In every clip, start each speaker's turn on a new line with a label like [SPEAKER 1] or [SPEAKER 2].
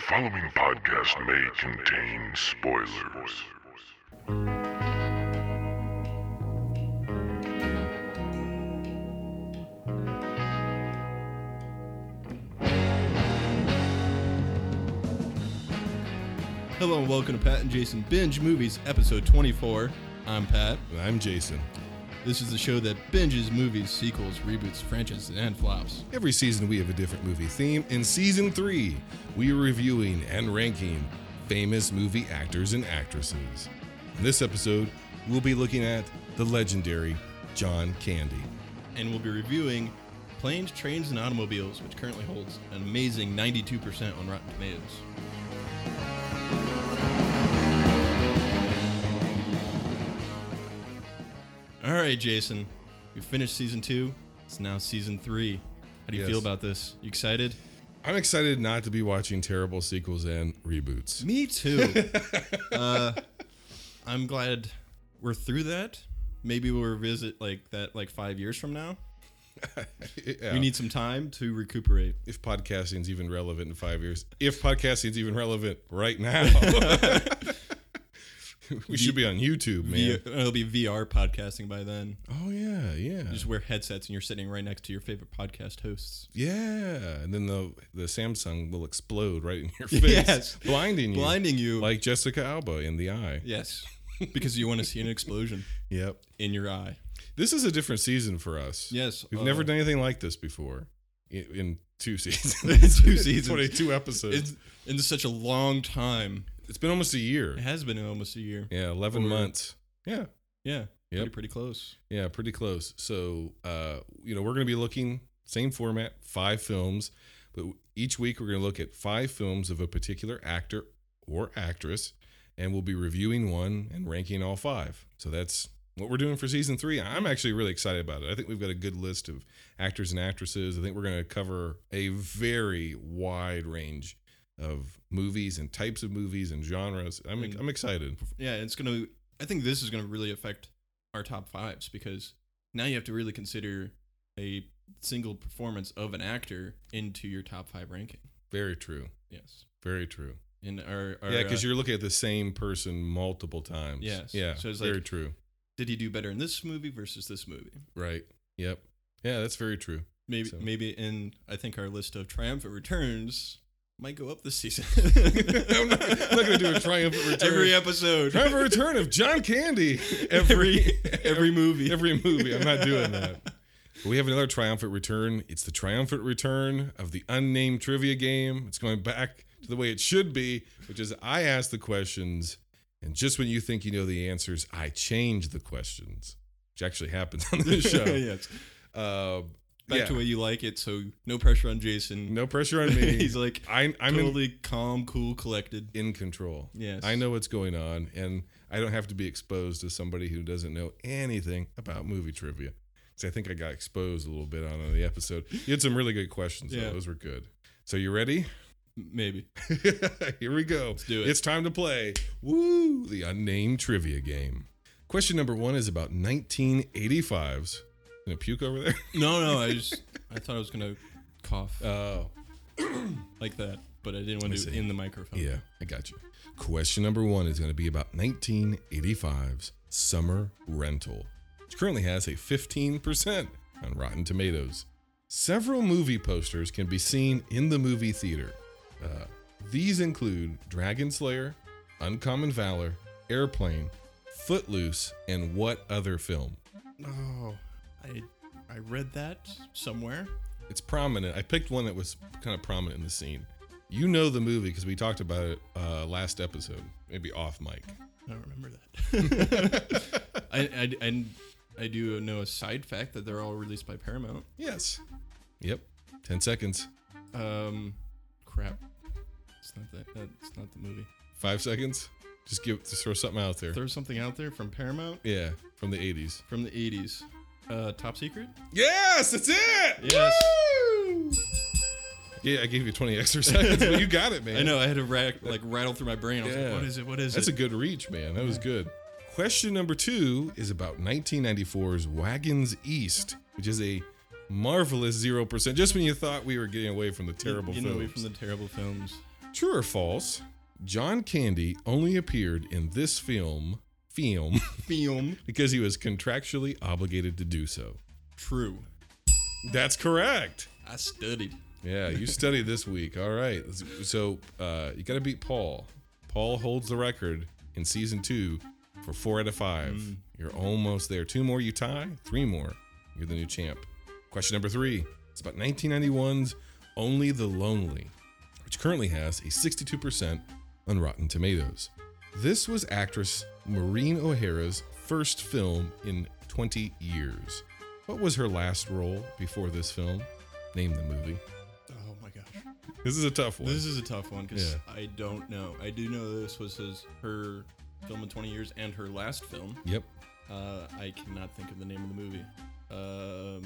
[SPEAKER 1] following podcast may contain spoilers.
[SPEAKER 2] Hello and welcome to Pat and Jason Binge Movies, episode 24. I'm Pat.
[SPEAKER 3] I'm Jason.
[SPEAKER 2] This is the show that binges movies, sequels, reboots, franchises, and flops.
[SPEAKER 3] Every season we have a different movie theme. In season three, we are reviewing and ranking famous movie actors and actresses. In this episode, we'll be looking at the legendary John Candy.
[SPEAKER 2] And we'll be reviewing Planes, Trains, and Automobiles, which currently holds an amazing 92% on Rotten Tomatoes. All right, Jason, we finished season two. It's now season three. How do you
[SPEAKER 3] Yes.
[SPEAKER 2] feel about this? You excited?
[SPEAKER 3] I'm excited not to be watching terrible sequels and reboots.
[SPEAKER 2] Me too. uh, I'm glad we're through that. Maybe we'll revisit like that like five years from now.
[SPEAKER 3] Yeah.
[SPEAKER 2] We need some time to recuperate.
[SPEAKER 3] if podcasting's even relevant in five years, if podcasting's even relevant right now, we should be on YouTube, man.
[SPEAKER 2] V- uh, it'll be VR podcasting by then.
[SPEAKER 3] Oh yeah, yeah.
[SPEAKER 2] You just wear headsets and you're sitting right next to your favorite podcast hosts.
[SPEAKER 3] Yeah, and then the the Samsung will explode right in your face,
[SPEAKER 2] Yes.
[SPEAKER 3] blinding you,
[SPEAKER 2] Blinding you.
[SPEAKER 3] like Jessica Alba in the eye.
[SPEAKER 2] yes. because you want to see an explosion
[SPEAKER 3] Yep.
[SPEAKER 2] in your eye.
[SPEAKER 3] This is a different season for us.
[SPEAKER 2] Yes.
[SPEAKER 3] we've
[SPEAKER 2] uh,
[SPEAKER 3] never done anything like this before in, in two seasons,
[SPEAKER 2] Two seasons.
[SPEAKER 3] twenty-two episodes.
[SPEAKER 2] it's,
[SPEAKER 3] It's,
[SPEAKER 2] in such a long time.
[SPEAKER 3] been almost a year.
[SPEAKER 2] It has been almost a year.
[SPEAKER 3] Yeah, eleven
[SPEAKER 2] Over-
[SPEAKER 3] months. Yeah,
[SPEAKER 2] Yeah. Pretty,
[SPEAKER 3] Yep.
[SPEAKER 2] pretty close.
[SPEAKER 3] yeah, pretty close. So, uh, you know, we're going to be looking same format, five films, but each week we're going to look at five films of a particular actor or actress, and we'll be reviewing one and ranking all five. So that's what we're doing for season three. I'm actually really excited about it. I think we've got a good list of actors and actresses. I think we're going to cover a very wide range of movies and types of movies and genres. I'm
[SPEAKER 2] And-
[SPEAKER 3] I'm excited.
[SPEAKER 2] yeah, it's gonna. I think this is gonna really affect our top fives because now you have to really consider a single performance of an actor into your top five ranking.
[SPEAKER 3] Very true.
[SPEAKER 2] Yes,
[SPEAKER 3] Very true.
[SPEAKER 2] and our, our
[SPEAKER 3] Yeah, because
[SPEAKER 2] uh,
[SPEAKER 3] you're looking at the same person multiple times.
[SPEAKER 2] Yes.
[SPEAKER 3] Yeah.
[SPEAKER 2] So it's
[SPEAKER 3] very
[SPEAKER 2] like-
[SPEAKER 3] true.
[SPEAKER 2] did he do better in this movie versus this movie?
[SPEAKER 3] Right. Yep. Yeah, that's very true.
[SPEAKER 2] Maybe
[SPEAKER 3] So-
[SPEAKER 2] maybe in I think our list of triumphant returns might go up this season.
[SPEAKER 3] I'm not- I'm not gonna do a triumphant return.
[SPEAKER 2] every episode.
[SPEAKER 3] Driver return of John Candy
[SPEAKER 2] Every every movie.
[SPEAKER 3] every movie. I'm not doing that. We have another triumphant return. It's the triumphant return of the unnamed trivia game. It's going back to the way it should be, which is I ask the questions, and just when you think you know the answers, I change the questions, which actually happens on this show.
[SPEAKER 2] yes.
[SPEAKER 3] Uh,
[SPEAKER 2] Back
[SPEAKER 3] yeah.
[SPEAKER 2] to where you like it. So no pressure on Jason.
[SPEAKER 3] No pressure on me.
[SPEAKER 2] He's like
[SPEAKER 3] I, I'm in-
[SPEAKER 2] totally calm, cool, collected.
[SPEAKER 3] in, control.
[SPEAKER 2] Yes.
[SPEAKER 3] I know what's going on, and I don't have to be exposed to somebody who doesn't know anything about movie trivia. Because I think I got exposed a little bit on the episode. You had some really good questions,
[SPEAKER 2] Yeah.
[SPEAKER 3] though. Those were good. So, you ready?
[SPEAKER 2] Maybe.
[SPEAKER 3] Here we go. Let's
[SPEAKER 2] do it.
[SPEAKER 3] It's time to play. Woo! The unnamed trivia game. Question number one is about 1985's. Gonna puke over there?
[SPEAKER 2] No, no. I just I thought I was gonna cough
[SPEAKER 3] Oh.
[SPEAKER 2] like that, but I didn't want
[SPEAKER 3] I
[SPEAKER 2] to do it
[SPEAKER 3] see.
[SPEAKER 2] in the microphone.
[SPEAKER 3] Yeah, I got you. Question number one is going to be about 1985's Summer Rental, which currently has a 15% on Rotten Tomatoes. Several movie posters can be seen in the movie theater. Uh, these include Dragon Slayer, Uncommon Valor, Airplane, Footloose, and what other film?
[SPEAKER 2] No. I I read that somewhere.
[SPEAKER 3] It's prominent. I picked one that was kind of prominent in the scene. You know the movie because we talked about it uh, last episode, maybe off mic.
[SPEAKER 2] I don't remember that. I, I I I do know a side fact that they're all released by Paramount.
[SPEAKER 3] Yes. Yep. 10 seconds.
[SPEAKER 2] Um, crap. It's not that. That's not the movie.
[SPEAKER 3] Five seconds. Just give, just throw something out there.
[SPEAKER 2] Throw something out there from Paramount
[SPEAKER 3] Yeah. From the 80s.
[SPEAKER 2] from the '80s. Uh, Top Secret.
[SPEAKER 3] Yes, that's it.
[SPEAKER 2] Yes.
[SPEAKER 3] Woo! Yeah, I gave you 20 extra seconds, but you got it, man.
[SPEAKER 2] I know. I had to rack, like rattle through my brain. I was like,
[SPEAKER 3] Yeah.
[SPEAKER 2] "What is it? What is
[SPEAKER 3] That's a
[SPEAKER 2] it?"
[SPEAKER 3] good reach, man. That was good. Question number two is about 1994's Wagons East, which is a marvelous 0%. Just when you thought we were getting away from the terrible
[SPEAKER 2] Getting away
[SPEAKER 3] films.
[SPEAKER 2] from the terrible films.
[SPEAKER 3] True or false? John Candy only appeared in this film film
[SPEAKER 2] Film.
[SPEAKER 3] because he was contractually obligated to do so.
[SPEAKER 2] True.
[SPEAKER 3] That's correct.
[SPEAKER 2] I studied.
[SPEAKER 3] Yeah, you studied this week. All right. So uh, you got to beat Paul. Paul holds the record in season two for four out of five. You're almost there. Two more you tie, three more. You're the new champ. Question number three. It's about 1991's Only the Lonely, which currently has a 62% on Rotten Tomatoes. This was actress Maureen O'Hara's first film in 20 years. What was her last role before this film? Name the movie.
[SPEAKER 2] Oh my gosh.
[SPEAKER 3] This is a tough one.
[SPEAKER 2] This is a tough one because
[SPEAKER 3] Yeah.
[SPEAKER 2] I don't know. I do know this was his her film in 20 years and her last film.
[SPEAKER 3] yep.
[SPEAKER 2] Uh, I cannot think of the name of the movie. Um,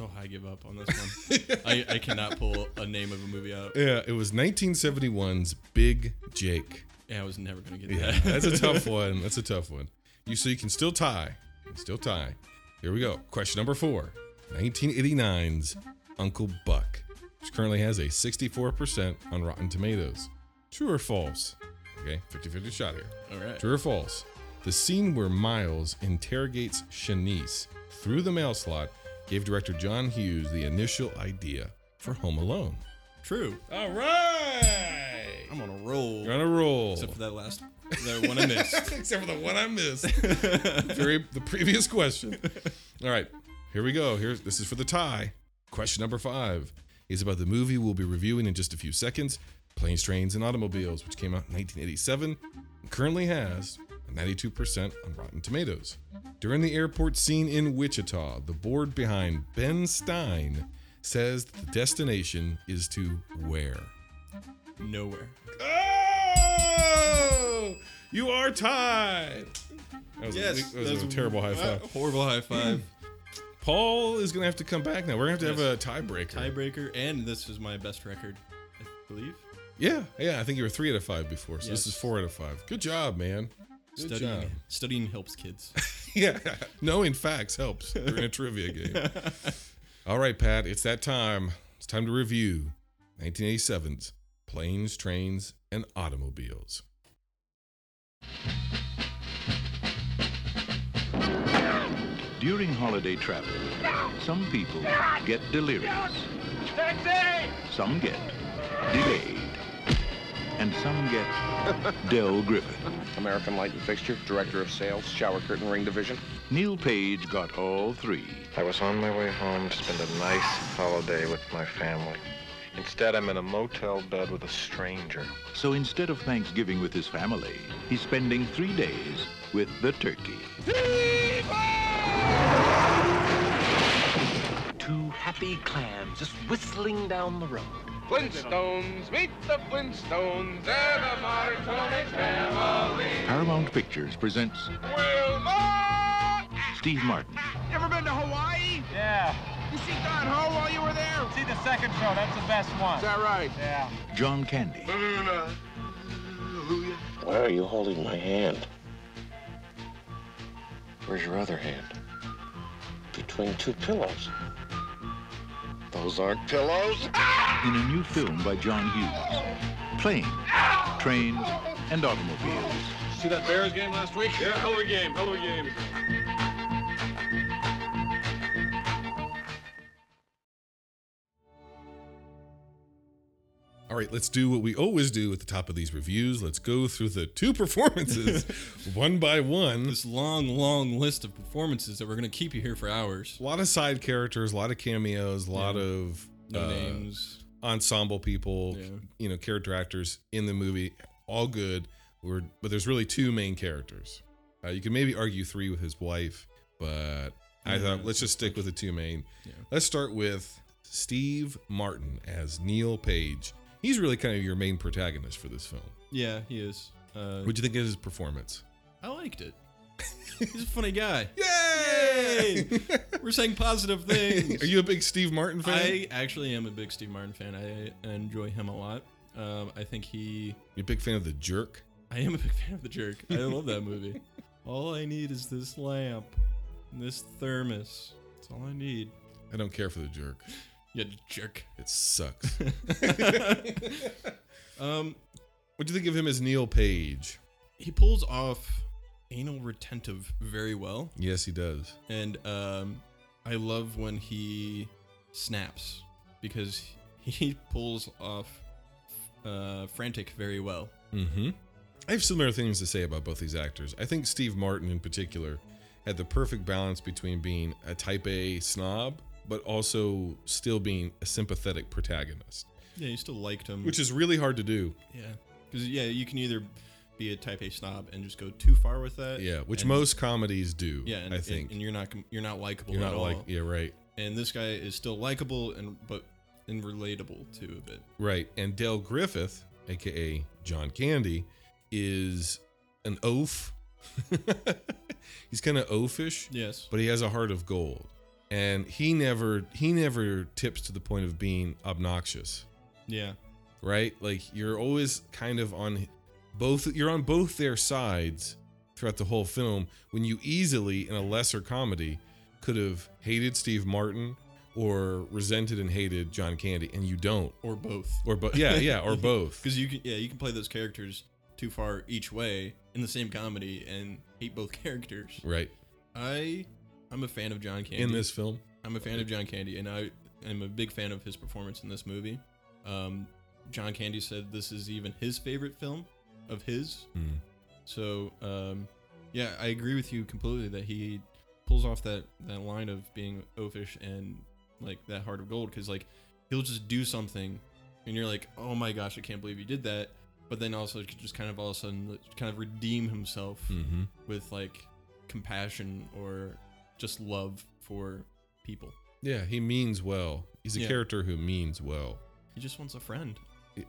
[SPEAKER 2] oh, I give up on this one. I, I cannot pull a name of a movie out.
[SPEAKER 3] Yeah, it was 1971's Big Jake.
[SPEAKER 2] Yeah, I was never gonna get
[SPEAKER 3] Yeah,
[SPEAKER 2] that.
[SPEAKER 3] that's a tough one. That's a tough one. You so you can still tie. You can still tie. Here we go. Question number four. 1989's Uncle Buck, which currently has a 64% on Rotten Tomatoes. True or false? Okay, 50-50 shot here.
[SPEAKER 2] All right.
[SPEAKER 3] True or false? The scene where Miles interrogates Shanice through the mail slot gave director John Hughes the initial idea for Home Alone.
[SPEAKER 2] True.
[SPEAKER 3] All right.
[SPEAKER 2] I'm on a roll.
[SPEAKER 3] You're on a roll.
[SPEAKER 2] Except for that last that one I missed.
[SPEAKER 3] Except for the one I missed. Very the previous question. All right, here we go. Here's this is for the tie. Question number five is about the movie we'll be reviewing in just a few seconds, Planes, Trains, and Automobiles, which came out in 1987 and currently has a 92% on Rotten Tomatoes. During the airport scene in Wichita, the board behind Ben Stein says that the destination is to where?
[SPEAKER 2] Nowhere.
[SPEAKER 3] Oh, you are tied. That was, a, that was a terrible high five.
[SPEAKER 2] horrible high five.
[SPEAKER 3] Paul is gonna have to come back now. We're gonna have to have a
[SPEAKER 2] Yes.
[SPEAKER 3] tiebreaker.
[SPEAKER 2] Tiebreaker, and this is my best record, I believe.
[SPEAKER 3] yeah, yeah. I think you were three out of five before, so this
[SPEAKER 2] Yes.
[SPEAKER 3] is four out of five. Good job, man. Good
[SPEAKER 2] studying,
[SPEAKER 3] job.
[SPEAKER 2] studying helps kids.
[SPEAKER 3] Yeah, knowing facts helps during a trivia game. All right, Pat, it's that time. It's time to review 1987's Planes, Trains, and Automobiles.
[SPEAKER 4] During holiday travel, some people get delirious. Some get delayed. And some get Del Griffin.
[SPEAKER 5] American Light and Fixture, Director of Sales, Shower Curtain Ring Division.
[SPEAKER 4] Neil Page got all three.
[SPEAKER 6] I was on my way home to spend a nice holiday with my family. Instead, I'm in a motel bed with a stranger.
[SPEAKER 4] So instead of Thanksgiving with his family, he's spending three days with the turkey.
[SPEAKER 7] Two happy clams just whistling down the road.
[SPEAKER 5] Flintstones, meet the Flintstones, and the Marconi family.
[SPEAKER 4] Paramount Pictures presents
[SPEAKER 5] Wilma!
[SPEAKER 4] Steve Martin,
[SPEAKER 5] Ever been to Hawaii?
[SPEAKER 8] Yeah.
[SPEAKER 5] You see Don Ho while you were there?
[SPEAKER 8] See the second show. That's the best one.
[SPEAKER 5] Is that right?
[SPEAKER 8] Yeah.
[SPEAKER 4] John Candy,
[SPEAKER 9] Why are you holding my hand? Where's your other hand? Between two pillows. Those aren't pillows.
[SPEAKER 4] in a new film by John Hughes. Planes, trains, and automobiles.
[SPEAKER 5] See that Bears game last week? Yeah, hell of a game, hell of a game.
[SPEAKER 3] All right, let's do what we always do at the top of these reviews. Let's go through the two performances one by one.
[SPEAKER 2] this long, long list of performances that we're gonna keep you here for hours.
[SPEAKER 3] A lot of side characters, a lot of cameos, a lot of
[SPEAKER 2] No
[SPEAKER 3] uh,
[SPEAKER 2] names.
[SPEAKER 3] ensemble people,
[SPEAKER 2] Yeah.
[SPEAKER 3] you know, character actors in the movie. All good. We're, but there's really two main characters. Uh, you can maybe argue three with his wife, but I
[SPEAKER 2] Yeah,
[SPEAKER 3] thought let's
[SPEAKER 2] it's
[SPEAKER 3] just stick with the two main.
[SPEAKER 2] Yeah.
[SPEAKER 3] Let's start with Steve Martin as Neil Page. He's really kind of your main protagonist for this film.
[SPEAKER 2] Yeah, he is. Uh,
[SPEAKER 3] What'd you think of his performance?
[SPEAKER 2] I liked it. He's a funny guy.
[SPEAKER 3] Yay!
[SPEAKER 2] We're saying positive things.
[SPEAKER 3] Are you a big Steve Martin fan?
[SPEAKER 2] I actually am a big Steve Martin fan. I enjoy him a lot. Um, I think he.
[SPEAKER 3] You're a big fan of The Jerk?
[SPEAKER 2] I am a big fan of The Jerk. I love that movie. All I need is this lamp, and this thermos. That's all I need.
[SPEAKER 3] I don't care for The Jerk.
[SPEAKER 2] You jerk.
[SPEAKER 3] It sucks.
[SPEAKER 2] Um,
[SPEAKER 3] What do you think of him as Neil Page?
[SPEAKER 2] he pulls off anal retentive very well,
[SPEAKER 3] Yes, he does.
[SPEAKER 2] and um, I love when he snaps because he pulls off uh, frantic very well.
[SPEAKER 3] Mm-hmm. I have similar things to say about both these actors. I think Steve Martin, in particular, had the perfect balance between being a type A snob, but also still being a sympathetic protagonist,
[SPEAKER 2] Yeah, you still liked him,
[SPEAKER 3] which is really hard to do.
[SPEAKER 2] yeah, because yeah, you can either be a type A snob and just go too far with that.
[SPEAKER 3] Yeah, which
[SPEAKER 2] and-
[SPEAKER 3] most comedies do.
[SPEAKER 2] Yeah, and,
[SPEAKER 3] I think
[SPEAKER 2] and, you're not com- you're not likable
[SPEAKER 3] you're
[SPEAKER 2] at
[SPEAKER 3] not
[SPEAKER 2] all.
[SPEAKER 3] like yeah, right,
[SPEAKER 2] And this guy is still likable and but and relatable too a bit.
[SPEAKER 3] right. And Dell Griffith, aka John Candy, is an oaf. He's kind of oafish.
[SPEAKER 2] Yes.
[SPEAKER 3] but he has a heart of gold and he never he never tips to the point of being obnoxious
[SPEAKER 2] yeah.
[SPEAKER 3] right like you're always kind of on both you're on both their sides throughout the whole film when you easily in a lesser comedy could have hated steve martin or resented and hated john candy and you don't
[SPEAKER 2] Or both.
[SPEAKER 3] or both yeah yeah or both
[SPEAKER 2] Because you can yeah, you can play those characters too far each way in the same comedy and hate both characters.
[SPEAKER 3] right
[SPEAKER 2] I I'm a fan of John Candy.
[SPEAKER 3] in this film
[SPEAKER 2] I'm a fan of John Candy and I am a big fan of his performance in this movie. Um John Candy said this is even his favorite film of his.
[SPEAKER 3] Hmm.
[SPEAKER 2] So um yeah, I agree with you completely that he pulls off that that line of being oafish and like that heart of gold because like he'll just do something and you're like oh my gosh i can't believe you did that but then also could just kind of all of a sudden kind of redeem himself
[SPEAKER 3] mm-hmm.
[SPEAKER 2] with like compassion or just love for people
[SPEAKER 3] yeah he means well he's a
[SPEAKER 2] Yeah.
[SPEAKER 3] character who means well
[SPEAKER 2] he just wants a friend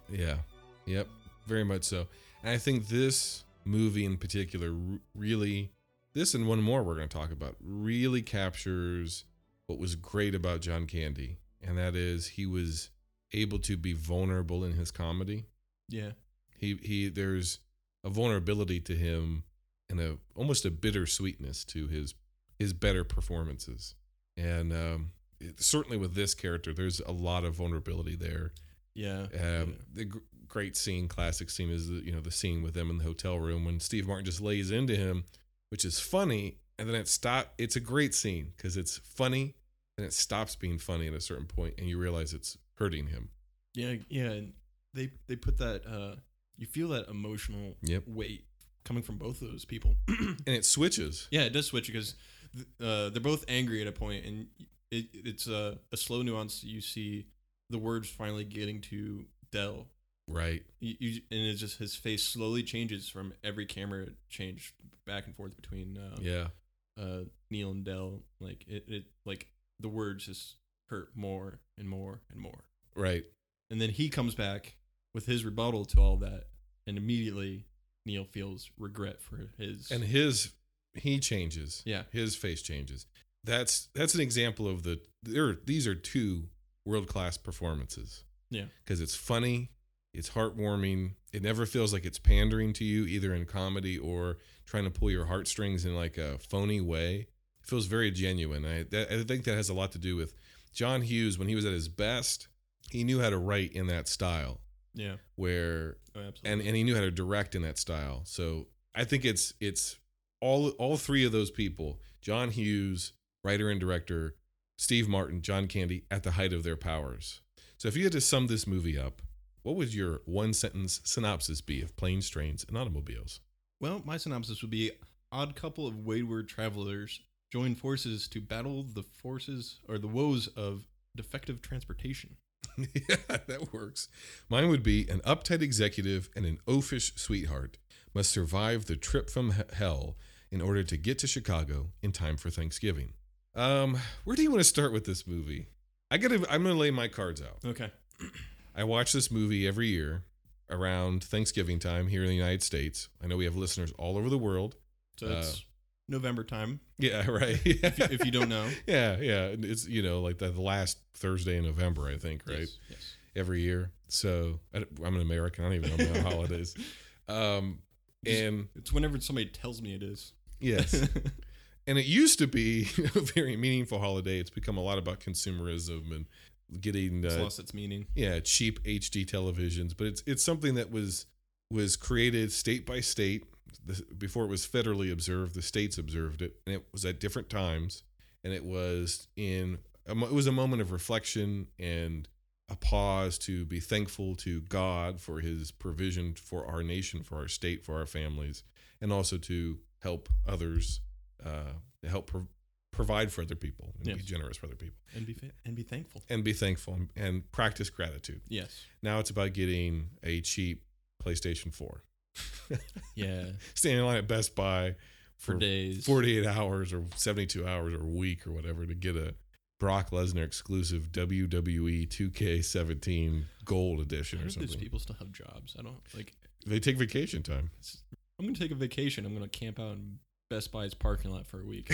[SPEAKER 3] Yeah. Yep. Very much so. And I think this movie in particular r- really, this and one more we're going to talk about, really captures what was great about John Candy. And that is he was able to be vulnerable in his comedy.
[SPEAKER 2] yeah
[SPEAKER 3] He, he, there's a vulnerability to him and a, almost a bittersweetness to his, his better performances. And, um, it- certainly with this character, there's a lot of vulnerability there.
[SPEAKER 2] yeah
[SPEAKER 3] Um, the gr- great scene, classic scene, is the, you know the scene with them in the hotel room when Steve Martin just lays into him, which is funny, and then it stop. It's a great scene because it's funny, and it stops being funny at a certain point, and you realize it's hurting him.
[SPEAKER 2] yeah yeah and they they put that uh you feel that emotional
[SPEAKER 3] Yep.
[SPEAKER 2] weight coming from both of those people
[SPEAKER 3] And it switches.
[SPEAKER 2] Yeah, it does switch because th- uh, they're both angry at a point, and it, it's a, a slow nuance. You see the words finally getting to Dell,
[SPEAKER 3] Right.
[SPEAKER 2] you, you, and it's just his face slowly changes from every camera change back and forth between uh,
[SPEAKER 3] Yeah.
[SPEAKER 2] uh, Neil and Dell. Like it, it, like the words just hurt more and more and more,
[SPEAKER 3] Right.
[SPEAKER 2] and then he comes back with his rebuttal to all that, and immediately Neil feels regret for his
[SPEAKER 3] And his he changes.
[SPEAKER 2] Yeah.
[SPEAKER 3] His face changes. That's that's an example of the there. These are two world class performances.
[SPEAKER 2] yeah
[SPEAKER 3] because it's funny, it's heartwarming. It never feels like it's pandering to you, either in comedy or trying to pull your heartstrings in like a phony way. It feels very genuine. I, that, I think that has a lot to do with John Hughes when he was at his best. He knew how to write in that style,
[SPEAKER 2] yeah
[SPEAKER 3] where
[SPEAKER 2] oh, absolutely
[SPEAKER 3] and and he knew how to direct in that style. So I think it's it's all all three of those people: John Hughes, writer and director, Steve Martin, John Candy, at the height of their powers. So if you had to sum this movie up, what would your one sentence synopsis be of planes, trains, and automobiles?
[SPEAKER 2] Well, my synopsis would be odd couple of wayward travelers join forces to battle the forces or the woes of defective transportation.
[SPEAKER 3] yeah, that works. Mine would be an uptight executive and an oafish sweetheart must survive the trip from he- hell in order to get to Chicago in time for Thanksgiving. Um, where do you want to start with this movie? I gotta. I'm gonna lay my cards out.
[SPEAKER 2] Okay.
[SPEAKER 3] I watch this movie every year around Thanksgiving time here in the United States. I know we have listeners all over the world.
[SPEAKER 2] So it's November time.
[SPEAKER 3] Yeah, right. if,
[SPEAKER 2] you- if you don't know.
[SPEAKER 3] yeah, yeah. It's you know like the, the last Thursday in November, I think, right?
[SPEAKER 2] Yes, yes.
[SPEAKER 3] every year. So I, am an American. I don't even know my holidays. Um, and
[SPEAKER 2] It's whenever somebody tells me it is.
[SPEAKER 3] yes, and it used to be a very meaningful holiday. It's become a lot about consumerism and getting
[SPEAKER 2] It's
[SPEAKER 3] uh,
[SPEAKER 2] lost its meaning.
[SPEAKER 3] yeah cheap HD televisions, but it's it's something that was was created state by state the, before it was federally observed. The states observed it, and it was at different times, and it was in a mo- it was a moment of reflection and a pause to be thankful to God for His provision for our nation, for our state, for our families, and also to help others, uh, to help pro- provide for other people and be
[SPEAKER 2] Yes.
[SPEAKER 3] generous for other people,
[SPEAKER 2] And be fa- and be thankful.
[SPEAKER 3] and be thankful and, and practice gratitude.
[SPEAKER 2] Yes.
[SPEAKER 3] Now it's about getting a cheap PlayStation 4.
[SPEAKER 2] Yeah.
[SPEAKER 3] Standing in line at Best Buy
[SPEAKER 2] For,
[SPEAKER 3] for,
[SPEAKER 2] days.
[SPEAKER 3] 48 hours or 72 hours or a week or whatever to get a Brock Lesnar exclusive E WWE 2K17 Gold
[SPEAKER 2] I
[SPEAKER 3] Edition or
[SPEAKER 2] wonder if those
[SPEAKER 3] something.
[SPEAKER 2] people still have jobs. I don't like.
[SPEAKER 3] They take vacation time.
[SPEAKER 2] I'm gonna take a vacation. I'm gonna camp out in Best Buy's parking lot for a week.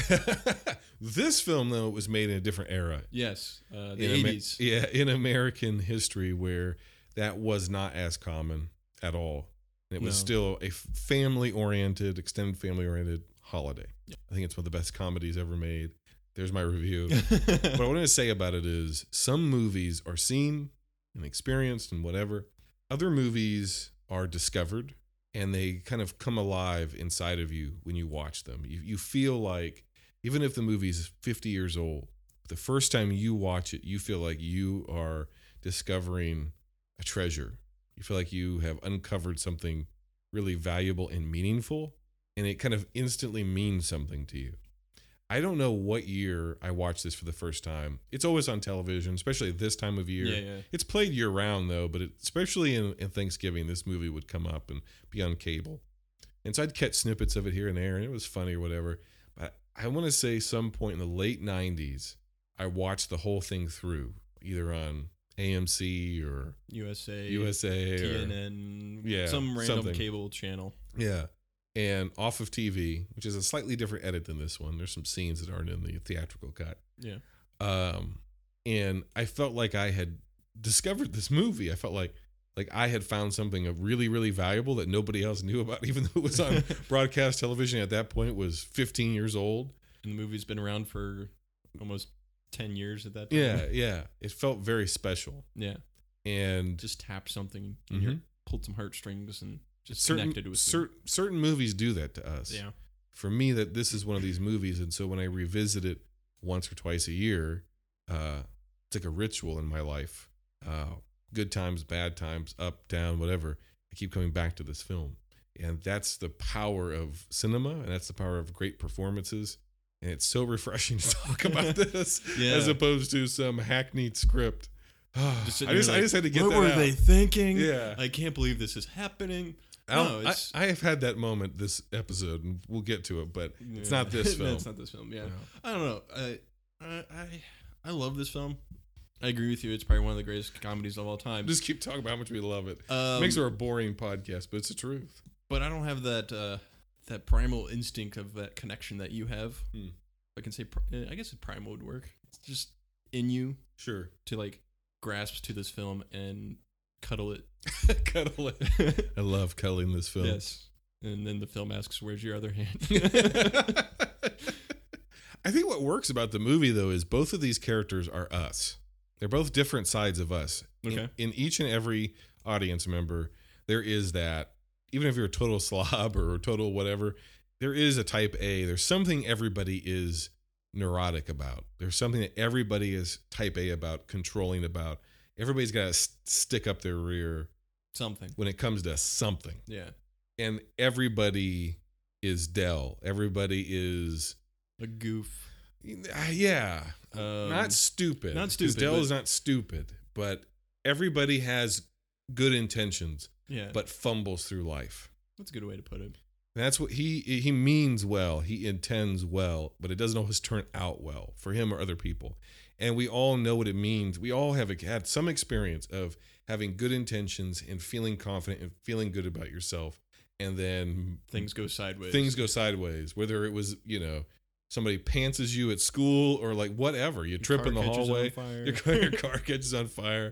[SPEAKER 3] this film, though, was made in a different era.
[SPEAKER 2] yes. Uh, the
[SPEAKER 3] in Ama-
[SPEAKER 2] 80s.
[SPEAKER 3] yeah, in American history where that was not as common at all. And it was
[SPEAKER 2] No.
[SPEAKER 3] still a family oriented, extended family oriented holiday. I think it's one of the best comedies ever made. There's my review. what I want to say about it is some movies are seen and experienced and whatever. Other movies are discovered and they kind of come alive inside of you when you watch them. You, you feel like, even if the movie's 50 years old, the first time you watch it, you feel like you are discovering a treasure. You feel like you have uncovered something really valuable and meaningful, and it kind of instantly means something to you. I don't know what year I watched this for the first time. It's always on television, especially this time of year.
[SPEAKER 2] Yeah, yeah.
[SPEAKER 3] It's played year round though, but it, especially in, in Thanksgiving, this movie would come up and be on cable. And so I'd catch snippets of it here and there, and it was funny or whatever. But I want to say some point in the late 90s, I watched the whole thing through, either on AMC or
[SPEAKER 2] USA.
[SPEAKER 3] USA or-
[SPEAKER 2] TNN.
[SPEAKER 3] Yeah,
[SPEAKER 2] Some random
[SPEAKER 3] something.
[SPEAKER 2] cable channel.
[SPEAKER 3] yeah. And off of TV, which is a slightly different edit than this one. There's some scenes that aren't in the theatrical cut.
[SPEAKER 2] Yeah.
[SPEAKER 3] Um, and I felt like I had discovered this movie. I felt like like I had found something of really, really valuable that nobody else knew about, even though it was on broadcast television at that point, was 15 years old.
[SPEAKER 2] And the movie's been around for almost 10 years at that time.
[SPEAKER 3] Yeah, Uh, yeah. It felt very special.
[SPEAKER 2] Yeah.
[SPEAKER 3] And
[SPEAKER 2] Just tap something and you
[SPEAKER 3] Mhm.
[SPEAKER 2] pulled some heartstrings and just
[SPEAKER 3] certain
[SPEAKER 2] connected with
[SPEAKER 3] cer- certain movies do that to us.
[SPEAKER 2] it. Yeah.
[SPEAKER 3] for me that this is one of these movies and so when i revisit it once or twice a year uh it's like a ritual in my life uh good times bad times up down whatever i keep coming back to this film and that's the power of cinema and that's the power of great performances and it's so refreshing to talk about this
[SPEAKER 2] Yeah.
[SPEAKER 3] as opposed to some hackneyed script
[SPEAKER 2] Just sitting
[SPEAKER 3] I, just,
[SPEAKER 2] there
[SPEAKER 3] I
[SPEAKER 2] like,
[SPEAKER 3] just had to get
[SPEAKER 2] What
[SPEAKER 3] that
[SPEAKER 2] were
[SPEAKER 3] out.
[SPEAKER 2] they thinking?
[SPEAKER 3] Yeah.
[SPEAKER 2] I can't believe this is happening.
[SPEAKER 3] I, don't-
[SPEAKER 2] No,
[SPEAKER 3] I-
[SPEAKER 2] it's-
[SPEAKER 3] I have had that moment this episode and we'll get to it but it's not this
[SPEAKER 2] No,
[SPEAKER 3] film
[SPEAKER 2] it's not this film. Yeah.
[SPEAKER 3] No.
[SPEAKER 2] I don't know. I, I I I love this film. I agree with you. It's probably one of the greatest comedies of all time.
[SPEAKER 3] just keep talking about how much we love it.
[SPEAKER 2] Um,
[SPEAKER 3] Makes for a boring podcast, but it's the truth.
[SPEAKER 2] but I don't have that uh, that primal instinct of that connection that you have.
[SPEAKER 3] Hmm.
[SPEAKER 2] I can say, pri- uh, I guess primal would work. It's just in you
[SPEAKER 3] Sure.
[SPEAKER 2] to like grasp to this film and cuddle it.
[SPEAKER 3] Cuddle it. I love cuddling this film.
[SPEAKER 2] Yes. And then the film asks, "Where's your other hand?"
[SPEAKER 3] I think what works about the movie though is both of these characters are us. They're both different sides of us. In-
[SPEAKER 2] Okay.
[SPEAKER 3] In, each and every audience member, there is that. Even if you're a total slob or a total whatever, there is a type A. There's something everybody is neurotic about. There's something that everybody is type A about, controlling about. Everybody's got to stick up their rear
[SPEAKER 2] Something.
[SPEAKER 3] when it comes to something
[SPEAKER 2] Yeah.
[SPEAKER 3] and everybody is Dell. Everybody is ah,
[SPEAKER 2] A goof.
[SPEAKER 3] yeah,
[SPEAKER 2] Um,
[SPEAKER 3] not stupid.
[SPEAKER 2] not
[SPEAKER 3] 'Cause
[SPEAKER 2] stupid,
[SPEAKER 3] Dell
[SPEAKER 2] but-
[SPEAKER 3] is not stupid, but everybody has good intentions,
[SPEAKER 2] Yeah.
[SPEAKER 3] but fumbles through life.
[SPEAKER 2] that's a good way to put it.
[SPEAKER 3] That's what he he means well. He intends well, but it doesn't always turn out well for him or other people. And we all know what it means. We all have had some experience of having good intentions and feeling confident and feeling good about yourself, and then
[SPEAKER 2] Things go sideways.
[SPEAKER 3] things go sideways whether it was you know somebody pantses you at school or like whatever you trip
[SPEAKER 2] car
[SPEAKER 3] in the
[SPEAKER 2] catches on
[SPEAKER 3] hallway
[SPEAKER 2] fire.
[SPEAKER 3] your car, your car catches on fire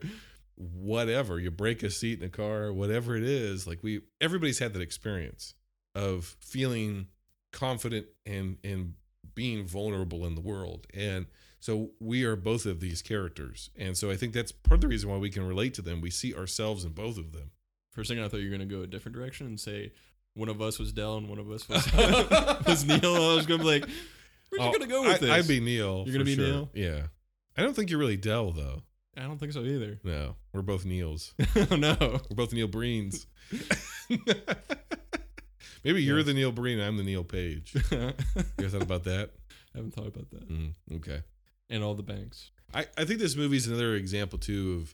[SPEAKER 3] whatever you break a seat in a car whatever it is like we everybody's had that experience of feeling confident and and being vulnerable in the world and So we are both of these characters, and so I think that's part of the reason why we can relate to them. We see ourselves in both of them.
[SPEAKER 2] For a second, I thought you were gonna go a different direction and say one of us was Dell and one of us was, was Neil. I was gonna be like, where's you
[SPEAKER 3] Oh,
[SPEAKER 2] gonna go with
[SPEAKER 3] I,
[SPEAKER 2] this?
[SPEAKER 3] I'd be Neil.
[SPEAKER 2] You're gonna be
[SPEAKER 3] for sure.
[SPEAKER 2] Neil?
[SPEAKER 3] Yeah. I don't think you're really Dell though.
[SPEAKER 2] I don't think so either.
[SPEAKER 3] No, we're both Neils.
[SPEAKER 2] oh no.
[SPEAKER 3] We're both Neil Breens. Maybe you're the Neil Breen. I'm the Neil Page. You ever thought about that?
[SPEAKER 2] I haven't thought about that.
[SPEAKER 3] Mm, okay.
[SPEAKER 2] And all the banks.
[SPEAKER 3] I, I think this movie is another example too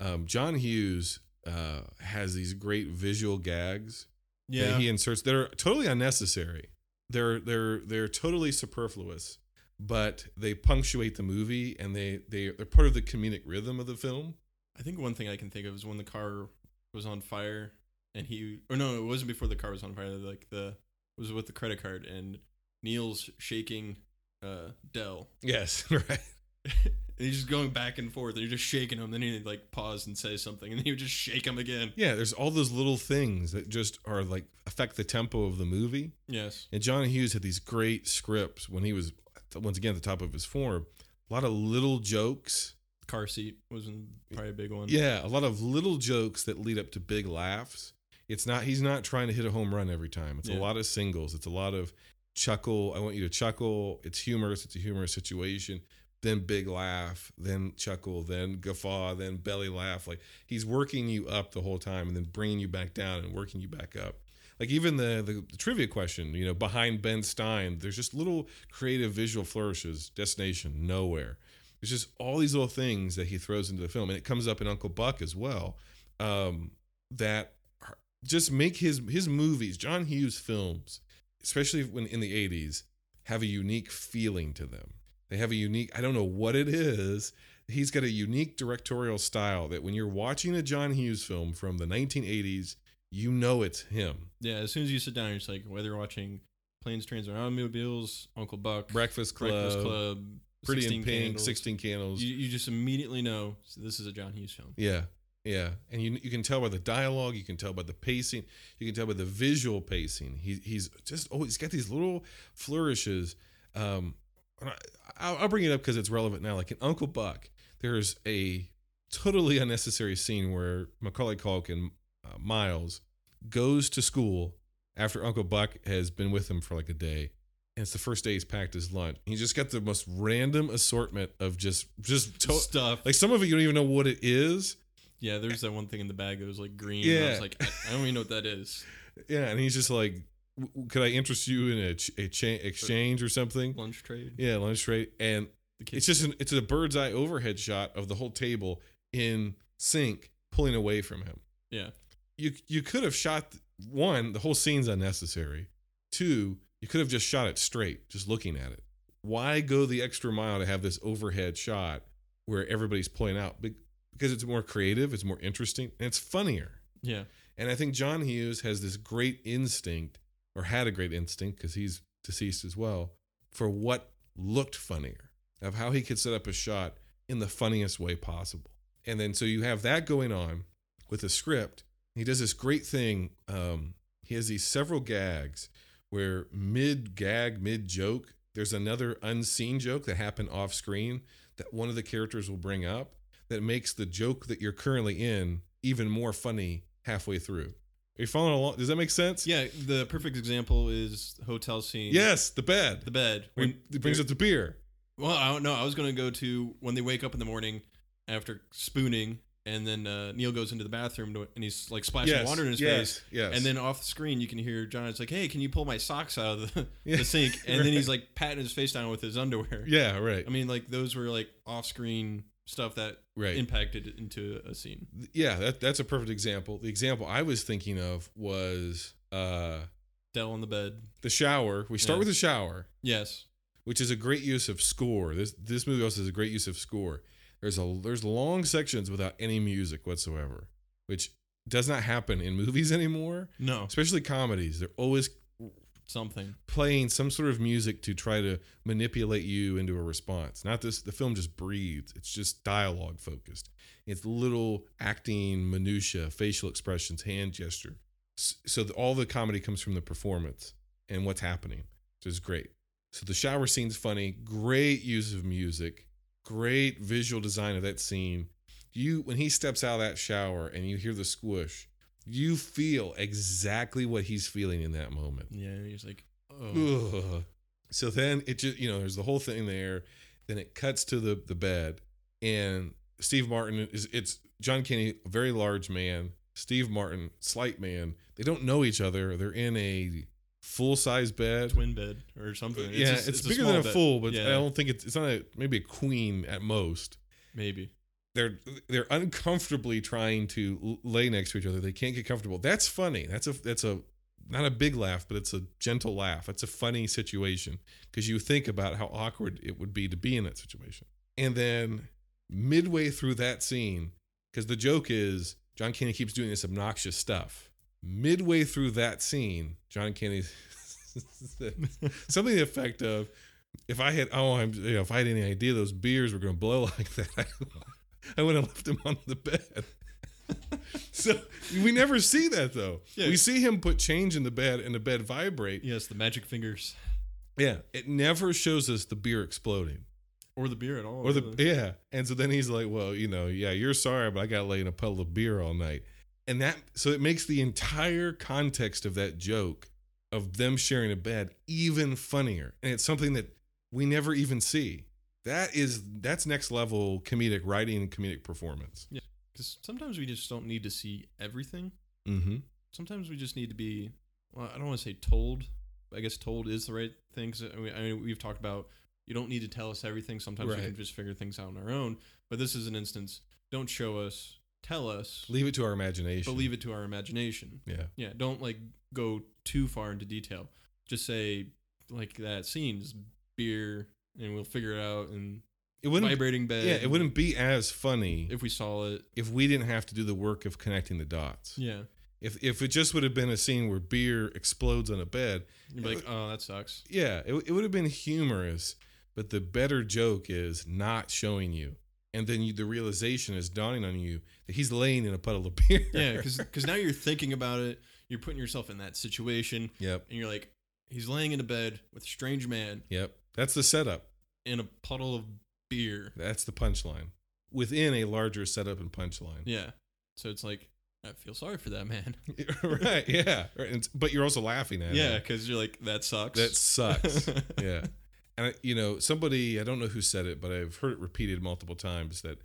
[SPEAKER 3] of um, John Hughes uh, has these great visual gags that he inserts. They're totally unnecessary. They're they're they're totally superfluous, but they punctuate the movie and they they they're part of the comedic rhythm of the film.
[SPEAKER 2] I think one thing I can think of is when the car was on fire and he or no, it wasn't before the car was on fire, like the it was with the credit card and Neil's shaking uh Dell.
[SPEAKER 3] Yes, right.
[SPEAKER 2] and he's just going back and forth and you're just shaking him, then he like pause and say something and then you just shake him again.
[SPEAKER 3] Yeah, there's all those little things that just are like affect the tempo of the movie.
[SPEAKER 2] Yes.
[SPEAKER 3] And John Hughes had these great scripts when he was once again at the top of his form. A lot of little jokes.
[SPEAKER 2] Car seat was in- probably a big one.
[SPEAKER 3] Yeah, a lot of little jokes that lead up to big laughs. It's not he's not trying to hit a home run every time. It's
[SPEAKER 2] Yeah.
[SPEAKER 3] a lot of singles. It's a lot of chuckle. I want you to chuckle. It's humorous. It's a humorous situation. Then big laugh, then chuckle, then guffaw, then belly laugh. Like he's working you up the whole time and then bringing you back down and working you back up. Like even the the, the trivia question, you know, behind Ben Stein, there's just little creative visual flourishes. Destination nowhere. There's just all these little things that he throws into the film, and it comes up in Uncle Buck as well. Um, that are, just make his his movies, John Hughes films, especially when in the '80s, have a unique feeling to them. They have a unique. I don't know what it is. He's got a unique directorial style that when you're watching a John Hughes film from the 1980s, you know it's him.
[SPEAKER 2] Yeah, as soon as you sit down, it's like whether you're watching Planes, Trains, and Automobiles, Uncle Buck,
[SPEAKER 3] Breakfast Club,
[SPEAKER 2] Breakfast Club,
[SPEAKER 3] Pretty
[SPEAKER 2] 16
[SPEAKER 3] in Pink,
[SPEAKER 2] Candles.
[SPEAKER 3] 16 Candles.
[SPEAKER 2] You, you just immediately know so this is a John Hughes film.
[SPEAKER 3] Yeah, yeah, and you you can tell by the dialogue, you can tell by the pacing, you can tell by the visual pacing. He he's just oh, he's got these little flourishes. Um, and I, I'll, I'll bring it up because it's relevant now. Like in Uncle Buck, there's a totally unnecessary scene where Macaulay Culkin, uh, Miles, goes to school after Uncle Buck has been with him for like a day. And it's the first day he's packed his lunch. He just got the most random assortment of just just to-
[SPEAKER 2] Stuff.
[SPEAKER 3] like some of it you don't even know what it is.
[SPEAKER 2] Yeah, there's that one thing in the bag that was like green. and I
[SPEAKER 3] Yeah.
[SPEAKER 2] was like, I, I don't even know what that is.
[SPEAKER 3] Yeah, and he's just like, "W- w- "Could I interest you in a, ch- a cha- exchange or something?"
[SPEAKER 2] Lunch trade.
[SPEAKER 3] Yeah, lunch rate, and
[SPEAKER 2] The kids-
[SPEAKER 3] it's just an, it's a bird's eye overhead shot of the whole table in sync, pulling away from him.
[SPEAKER 2] Yeah.
[SPEAKER 3] You you could have shot one. The whole scene's unnecessary. Two, you could have just shot it straight, just looking at it. Why go the extra mile to have this overhead shot where everybody's pulling out? Be- Because it's more creative, it's more interesting, and it's funnier.
[SPEAKER 2] Yeah.
[SPEAKER 3] And I think John Hughes has this great instinct, or had a great instinct, because he's deceased as well, for what looked funnier, of how he could set up a shot in the funniest way possible. And then so you have that going on with a script. He does this great thing. Um, he has these several gags where mid gag, mid joke, there's another unseen joke that happened off screen that one of the characters will bring up that makes the joke that you're currently in even more funny halfway through. Are you following along? Does that make sense?
[SPEAKER 2] Yeah, the perfect example is hotel scene.
[SPEAKER 3] Yes, the bed.
[SPEAKER 2] The bed.
[SPEAKER 3] Where he- he brings up the beer.
[SPEAKER 2] Well, I don't know. I was going to go to when they wake up in the morning after spooning, and then uh, Neil goes into the bathroom to, and he's like splashing
[SPEAKER 3] Yes,
[SPEAKER 2] water in his
[SPEAKER 3] yes,
[SPEAKER 2] face.
[SPEAKER 3] yes.
[SPEAKER 2] And then off the screen, you can hear John. It's like, hey, can you pull my socks out of the,
[SPEAKER 3] Yeah,
[SPEAKER 2] the sink? And
[SPEAKER 3] right.
[SPEAKER 2] then he's like patting his face down with his underwear.
[SPEAKER 3] Yeah, right.
[SPEAKER 2] I mean, like those were like off screen stuff that
[SPEAKER 3] Right.
[SPEAKER 2] impacted into a scene.
[SPEAKER 3] yeah, that, that's a perfect example. The example I was thinking of was uh,
[SPEAKER 2] Dell on the bed.
[SPEAKER 3] the shower. We start
[SPEAKER 2] Yeah.
[SPEAKER 3] with the shower.
[SPEAKER 2] Yes.
[SPEAKER 3] which is a great use of score. This this movie also is a great use of score. There's a there's long sections without any music whatsoever, which does not happen in movies anymore,
[SPEAKER 2] No.
[SPEAKER 3] especially comedies. They're always
[SPEAKER 2] Something.
[SPEAKER 3] playing some sort of music to try to manipulate you into a response. Not this the film just breathes. It's just dialogue focused. It's little acting minutia, facial expressions, hand gesture. S- So the, all the comedy comes from the performance and what's happening, which is great. So the shower scene's funny, great use of music, great visual design of that scene. You when he steps out of that shower and you hear the squish, you feel exactly what he's feeling in that moment.
[SPEAKER 2] Yeah, and he's like, oh,
[SPEAKER 3] Ugh. So then it just you know there's the whole thing there. Then it cuts to the the bed and Steve Martin is it's John Kenny, a very large man. Steve Martin, slight man. They don't know each other. They're in a full size bed.
[SPEAKER 2] twin bed or something.
[SPEAKER 3] yeah,
[SPEAKER 2] just-
[SPEAKER 3] it's, bigger than
[SPEAKER 2] small
[SPEAKER 3] a
[SPEAKER 2] bed.
[SPEAKER 3] full, but
[SPEAKER 2] yeah,
[SPEAKER 3] I don't think it's it's not a maybe a queen at most.
[SPEAKER 2] maybe.
[SPEAKER 3] They're they're uncomfortably trying to l- lay next to each other. They can't get comfortable. That's funny. That's a that's a not a big laugh, but it's a gentle laugh. It's a funny situation because you think about how awkward it would be to be in that situation. And then midway through that scene, because the joke is John Candy keeps doing this obnoxious stuff. Midway through that scene, John Candy said something to the effect of, "If I had oh I'm you know, if I had any idea those beers were going to blow like that, I, would have left them on the bed." so we never see that though.
[SPEAKER 2] Yeah.
[SPEAKER 3] We see him put change in the bed and the bed vibrate.
[SPEAKER 2] Yes, the magic fingers
[SPEAKER 3] Yeah, it never shows us the beer exploding
[SPEAKER 2] or the beer at all.
[SPEAKER 3] or the
[SPEAKER 2] Oh, really.
[SPEAKER 3] yeah. And so then he's like, "Well, you know, yeah, you're sorry, but I got to lay in a puddle of beer all night." And that so it makes the entire context of that joke of them sharing a bed even funnier. And it's something that we never even see. That is that's next level comedic writing and comedic performance.
[SPEAKER 2] Because sometimes we just don't need to see everything.
[SPEAKER 3] Mm-hmm.
[SPEAKER 2] Sometimes we just need to be. Well, I don't want to say told. I guess told is the right thing. 'cause, I mean, I mean, we've talked about you don't need to tell us everything. Sometimes we
[SPEAKER 3] Right.
[SPEAKER 2] can just figure things out on our own. But this is an instance. Don't show us. Tell us.
[SPEAKER 3] Leave it to our imagination.
[SPEAKER 2] But leave it to our imagination.
[SPEAKER 3] Yeah.
[SPEAKER 2] Yeah, don't like go too far into detail. Just say like that scene is beer, and we'll figure it out. And
[SPEAKER 3] It wouldn't
[SPEAKER 2] vibrating bed.
[SPEAKER 3] Yeah, it wouldn't be as funny if,
[SPEAKER 2] if we saw it.
[SPEAKER 3] we didn't have to do the work of connecting the dots.
[SPEAKER 2] Yeah,
[SPEAKER 3] If if it just would have been a scene where beer explodes on a bed,
[SPEAKER 2] you'd be like, oh, that sucks.
[SPEAKER 3] yeah, it, it would have been humorous, but the better joke is not showing you. And then you, the realization is dawning on you that he's laying in a puddle of beer.
[SPEAKER 2] Yeah, because now you're thinking about it. You're putting yourself in that situation,
[SPEAKER 3] yep,
[SPEAKER 2] and you're like, he's laying in a bed with a strange man
[SPEAKER 3] yep. That's the setup.
[SPEAKER 2] in a puddle of beer.
[SPEAKER 3] That's the punchline within a larger setup and punchline.
[SPEAKER 2] Yeah, so it's like I feel sorry for that man.
[SPEAKER 3] right. Yeah. Right. And, but you're also laughing at
[SPEAKER 2] Yeah,
[SPEAKER 3] it.
[SPEAKER 2] because you're like that sucks.
[SPEAKER 3] That sucks. yeah. And I- you know, somebody I don't know who said it, but I've heard it repeated multiple times that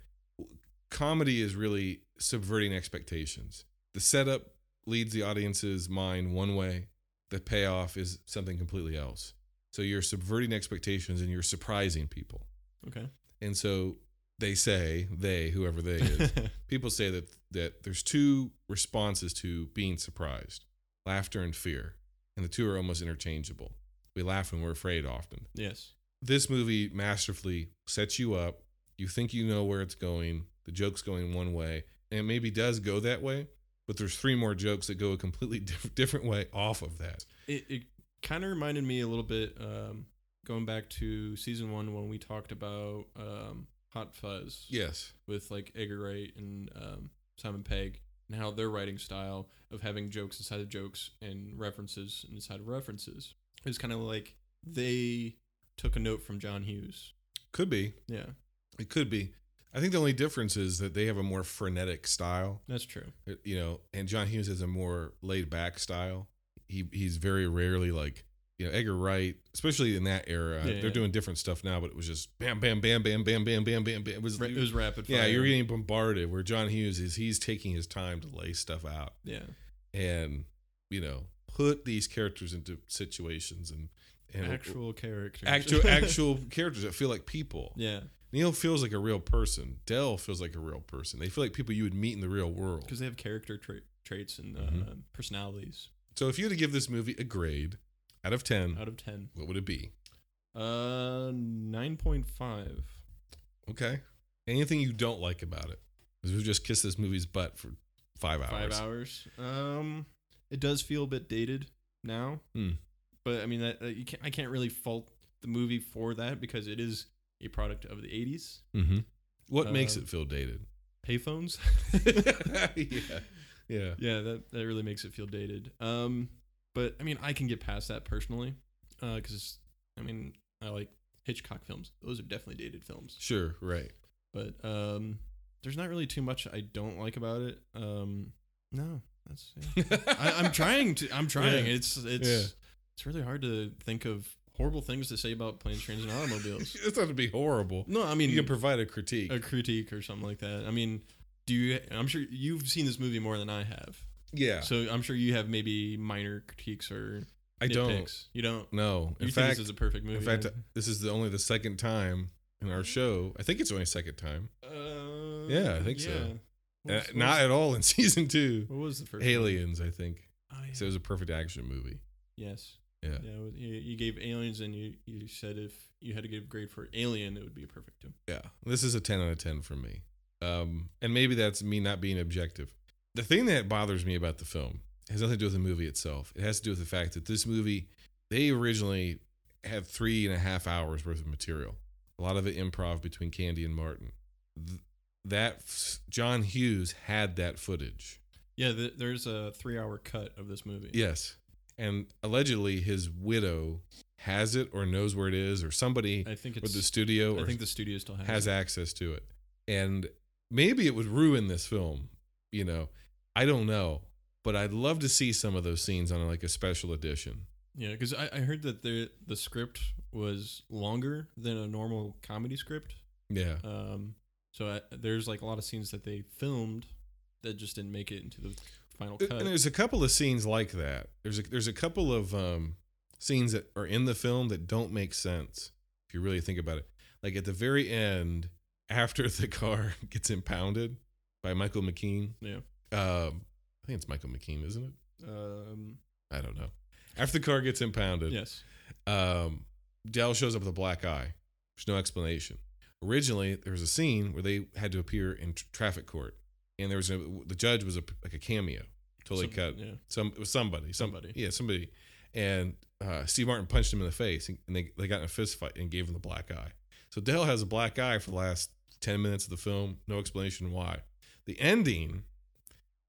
[SPEAKER 3] comedy is really subverting expectations. The setup leads the audience's mind one way, the payoff is something completely else. So you're subverting expectations and you're surprising people.
[SPEAKER 2] okay.
[SPEAKER 3] And so they say, they, whoever they is, people say that that there's two responses to being surprised laughter and fear and the two are almost interchangeable we laugh when we're afraid often
[SPEAKER 2] yes.
[SPEAKER 3] this movie masterfully sets you up you think you know where it's going the joke's going one way and it maybe does go that way but there's three more jokes that go a completely diff- different way off of that
[SPEAKER 2] it, it kind of reminded me a little bit um, going back to season one when we talked about um, Hot Fuzz
[SPEAKER 3] yes
[SPEAKER 2] with like Edgar Wright and um, Simon Pegg and how their writing style of having jokes inside of jokes and references inside of references is kind of like they took a note from John Hughes.
[SPEAKER 3] could be
[SPEAKER 2] Yeah,
[SPEAKER 3] it could be i think the only difference is that they have a more frenetic style
[SPEAKER 2] that's true.
[SPEAKER 3] uh, you know, and John Hughes has a more laid back style. He he's very rarely like you know Edgar Wright, especially in that era.
[SPEAKER 2] Yeah,
[SPEAKER 3] they're
[SPEAKER 2] yeah.
[SPEAKER 3] doing different stuff now, but it was just bam, bam, bam, bam, bam, bam, bam, bam, bam. It was,
[SPEAKER 2] Ra- It was rapid fire.
[SPEAKER 3] yeah, you're getting bombarded. Where John Hughes is, he's taking his time to lay stuff out
[SPEAKER 2] yeah.
[SPEAKER 3] and you know put these characters into situations and and
[SPEAKER 2] Actual characters.
[SPEAKER 3] actual actual characters that feel like people.
[SPEAKER 2] yeah,
[SPEAKER 3] Neil feels like a real person. Dell feels like a real person. They feel like people you would meet in the real world.
[SPEAKER 2] because they have character tra- traits and uh,
[SPEAKER 3] Mhm.
[SPEAKER 2] personalities.
[SPEAKER 3] So if you had to give this movie a grade out of 10,
[SPEAKER 2] Out of ten,
[SPEAKER 3] what would it be?
[SPEAKER 2] Uh, nine point five.
[SPEAKER 3] Okay. Anything you don't like about it? Because we've just kissed this movie's butt for five hours.
[SPEAKER 2] Five hours. Um, it does feel a bit dated now,
[SPEAKER 3] Hmm.
[SPEAKER 2] but I mean that, that you can't. I can't really fault the movie for that because it is a product of the '80s.
[SPEAKER 3] Mm-hmm. What
[SPEAKER 2] Uh,
[SPEAKER 3] makes it feel dated?
[SPEAKER 2] Payphones.
[SPEAKER 3] yeah. Yeah.
[SPEAKER 2] yeah, that that really makes it feel dated. Um, but I uh, mean, I can get past that personally, because I mean, I like Hitchcock films. Those are definitely dated films.
[SPEAKER 3] Sure, right.
[SPEAKER 2] But um, there's not really too much I don't like about it. Um, no, that's. Yeah. I, I'm trying to. I'm trying.
[SPEAKER 3] Yeah.
[SPEAKER 2] It's it's
[SPEAKER 3] Yeah.
[SPEAKER 2] it's really hard to think of horrible things to say about planes, trains, and automobiles.
[SPEAKER 3] It's not to be horrible.
[SPEAKER 2] No, I
[SPEAKER 3] You
[SPEAKER 2] mean
[SPEAKER 3] can provide a critique.
[SPEAKER 2] a critique or something like that. I mean, do you? I'm sure you've seen this movie more than I have.
[SPEAKER 3] yeah,
[SPEAKER 2] So I'm sure you have maybe minor critiques or
[SPEAKER 3] I don't.
[SPEAKER 2] nitpicks. You don't.
[SPEAKER 3] No,
[SPEAKER 2] You
[SPEAKER 3] in
[SPEAKER 2] think
[SPEAKER 3] fact,
[SPEAKER 2] this is a perfect movie?
[SPEAKER 3] in fact, uh, this is the only the second time in our show. I think it's only second time.
[SPEAKER 2] Uh,
[SPEAKER 3] Yeah, I think so.
[SPEAKER 2] What
[SPEAKER 3] Uh,
[SPEAKER 2] was- what
[SPEAKER 3] not
[SPEAKER 2] was-
[SPEAKER 3] at all in season two.
[SPEAKER 2] What was the first?
[SPEAKER 3] Aliens, I think.
[SPEAKER 2] one? Oh, yeah.
[SPEAKER 3] So it was a perfect action movie.
[SPEAKER 2] yes.
[SPEAKER 3] Yeah.
[SPEAKER 2] Yeah. it was- You, you gave aliens, and you you said if you had to give a grade for Alien, it would be a perfect two.
[SPEAKER 3] Yeah, this is a 10 out of 10 for me. Um, and maybe that's me not being objective. The thing that bothers me about the film has nothing to do with the movie itself. It has to do with the fact that this movie, they originally had three and a half hours worth of material, a lot of it improv between Candy and Martin. Th- that John Hughes had that footage.
[SPEAKER 2] Yeah. Th- there's a three-hour cut of this movie.
[SPEAKER 3] Yes. And allegedly his widow has it or knows where it is or somebody
[SPEAKER 2] I think
[SPEAKER 3] with
[SPEAKER 2] it's.
[SPEAKER 3] the studio or
[SPEAKER 2] I think the studio still has.
[SPEAKER 3] has
[SPEAKER 2] it.
[SPEAKER 3] access to it. And maybe it would ruin this film, you know. I don't know, but I'd love to see some of those scenes on like a special edition.
[SPEAKER 2] Yeah, because I, I heard that the the script was longer than a normal comedy script.
[SPEAKER 3] Yeah.
[SPEAKER 2] Um, so I, there's like a lot of scenes that they filmed that just didn't make it into the final cut.
[SPEAKER 3] And there's a couple of scenes like that. There's a, there's a couple of um, scenes that are in the film that don't make sense if you really think about it. Like at the very end, after the car gets impounded by Michael McKean.
[SPEAKER 2] Yeah.
[SPEAKER 3] Um, I think it's Michael McKean, isn't it?
[SPEAKER 2] Um,
[SPEAKER 3] I don't know. After the car gets impounded,
[SPEAKER 2] yes.
[SPEAKER 3] um, Dell shows up with a black eye. There's no explanation. Originally, there was a scene where they had to appear in tr- traffic court, and there was a, the judge was a, like a cameo, totally
[SPEAKER 2] Some-
[SPEAKER 3] cut.
[SPEAKER 2] yeah.
[SPEAKER 3] Some it was somebody, some-
[SPEAKER 2] Somebody.
[SPEAKER 3] yeah, somebody. And uh, Steve Martin punched him in the face, and, and they they got in a fist fight and gave him the black eye. So Dell has a black eye for the last ten minutes of the film. No explanation why. The ending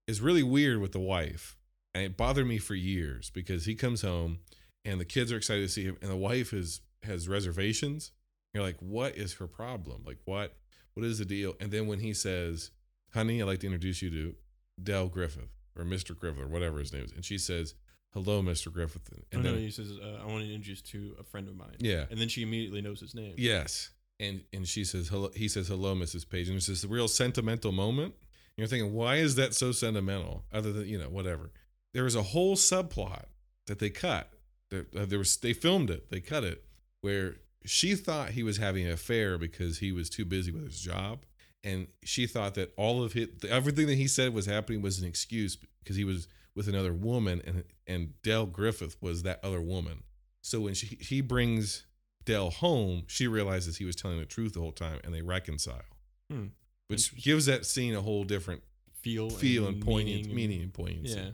[SPEAKER 3] is really weird with the wife, and it bothered me for years because he comes home and the kids are excited to see him and the wife is has reservations you're like what is her problem like what what is the deal and then when he says honey i'd like to introduce you to dell griffith or mr griffith or whatever his name is and she says hello mr griffith
[SPEAKER 2] And
[SPEAKER 3] and
[SPEAKER 2] no,
[SPEAKER 3] then
[SPEAKER 2] no, he says, uh, "I want to introduce to a friend of mine."
[SPEAKER 3] Yeah.
[SPEAKER 2] And then she immediately knows his name.
[SPEAKER 3] yes and and she says hello he says hello mrs page and it's this real sentimental moment and you're thinking why is that so sentimental other than you know whatever there was a whole subplot that they cut. There, uh, there was they filmed it, they cut it, where she thought he was having an affair because he was too busy with his job, and she thought that all of his everything that he said was happening was an excuse because he was with another woman, and and Dell Griffith was that other woman. So when she he brings Dell home, she realizes he was telling the truth the whole time, and they reconcile,
[SPEAKER 2] Hmm.
[SPEAKER 3] which gives that scene a whole different
[SPEAKER 2] Feel,
[SPEAKER 3] feel and poignant
[SPEAKER 2] and-
[SPEAKER 3] meaning and poignancy.
[SPEAKER 2] Yeah.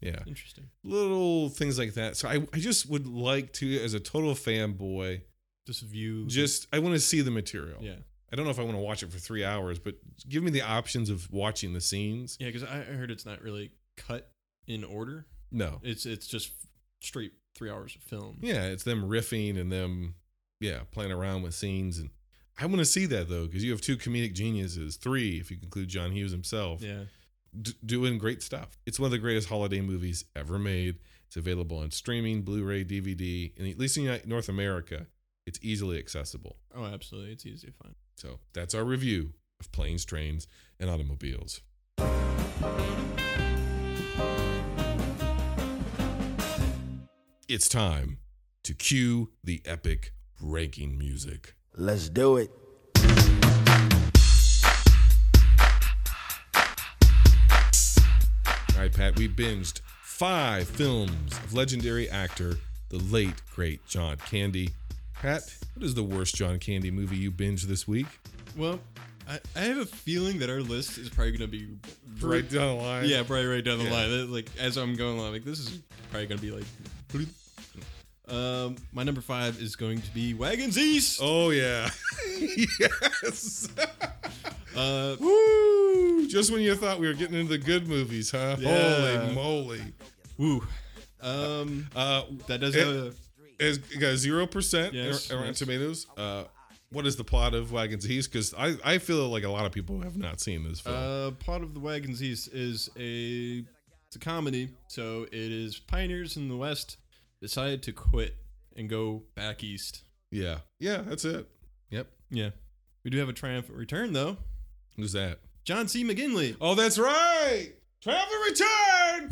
[SPEAKER 3] yeah
[SPEAKER 2] Interesting.
[SPEAKER 3] little things like that. So I, I just would like to, as a total fanboy,
[SPEAKER 2] Just view.
[SPEAKER 3] just I want to see the material.
[SPEAKER 2] Yeah.
[SPEAKER 3] I don't know if I want to watch it for three hours, but give me the options of watching the scenes.
[SPEAKER 2] Yeah, because I I heard it's not really cut in order.
[SPEAKER 3] No.
[SPEAKER 2] It's it's just straight three hours of film.
[SPEAKER 3] Yeah, it's them riffing and them, yeah, playing around with scenes. And I want to see that though, because you have two comedic geniuses, three if you include John Hughes himself,
[SPEAKER 2] Yeah.
[SPEAKER 3] d- doing great stuff. It's one of the greatest holiday movies ever made. It's available on streaming, Blu-ray, DVD, and at least in Uni- North America, it's easily accessible.
[SPEAKER 2] Oh, absolutely. It's easy to find.
[SPEAKER 3] So that's our review of planes, trains, and automobiles. It's time to cue the epic ranking music.
[SPEAKER 10] Let's do it.
[SPEAKER 3] All right, Pat, we binged five films of legendary actor, the late, great John Candy. Pat, what is the worst John Candy movie you binged this week?
[SPEAKER 2] Well, I, I have a feeling that our list is probably going to be
[SPEAKER 3] Right down the line.
[SPEAKER 2] Yeah, probably right down the
[SPEAKER 3] Yeah.
[SPEAKER 2] line. That- Like as I'm going along, like this is probably going to be like. bloop. Um, my number five is going to be Wagons East.
[SPEAKER 3] Oh, yeah. yes.
[SPEAKER 2] Uh,
[SPEAKER 3] Woo! Just when you thought we were getting into the good movies, huh?
[SPEAKER 2] Yeah.
[SPEAKER 3] Holy moly.
[SPEAKER 2] woo. Um,
[SPEAKER 3] Uh,
[SPEAKER 2] that does
[SPEAKER 3] It-
[SPEAKER 2] have. A,
[SPEAKER 3] It's it got zero percent
[SPEAKER 2] Yes,
[SPEAKER 3] on
[SPEAKER 2] yes.
[SPEAKER 3] Tomatoes. Uh, what is the plot of Wagons East? Because I, I feel like a lot of people have not seen this film.
[SPEAKER 2] Uh, Plot of the Wagon's East is a it's a comedy, so it is pioneers in the West decided to quit and go back east.
[SPEAKER 3] yeah, yeah, that's it. Yep,
[SPEAKER 2] Yeah, we do have a triumphant return though.
[SPEAKER 3] who's that?
[SPEAKER 2] John C. McGinley
[SPEAKER 3] Oh, that's right. Travel Return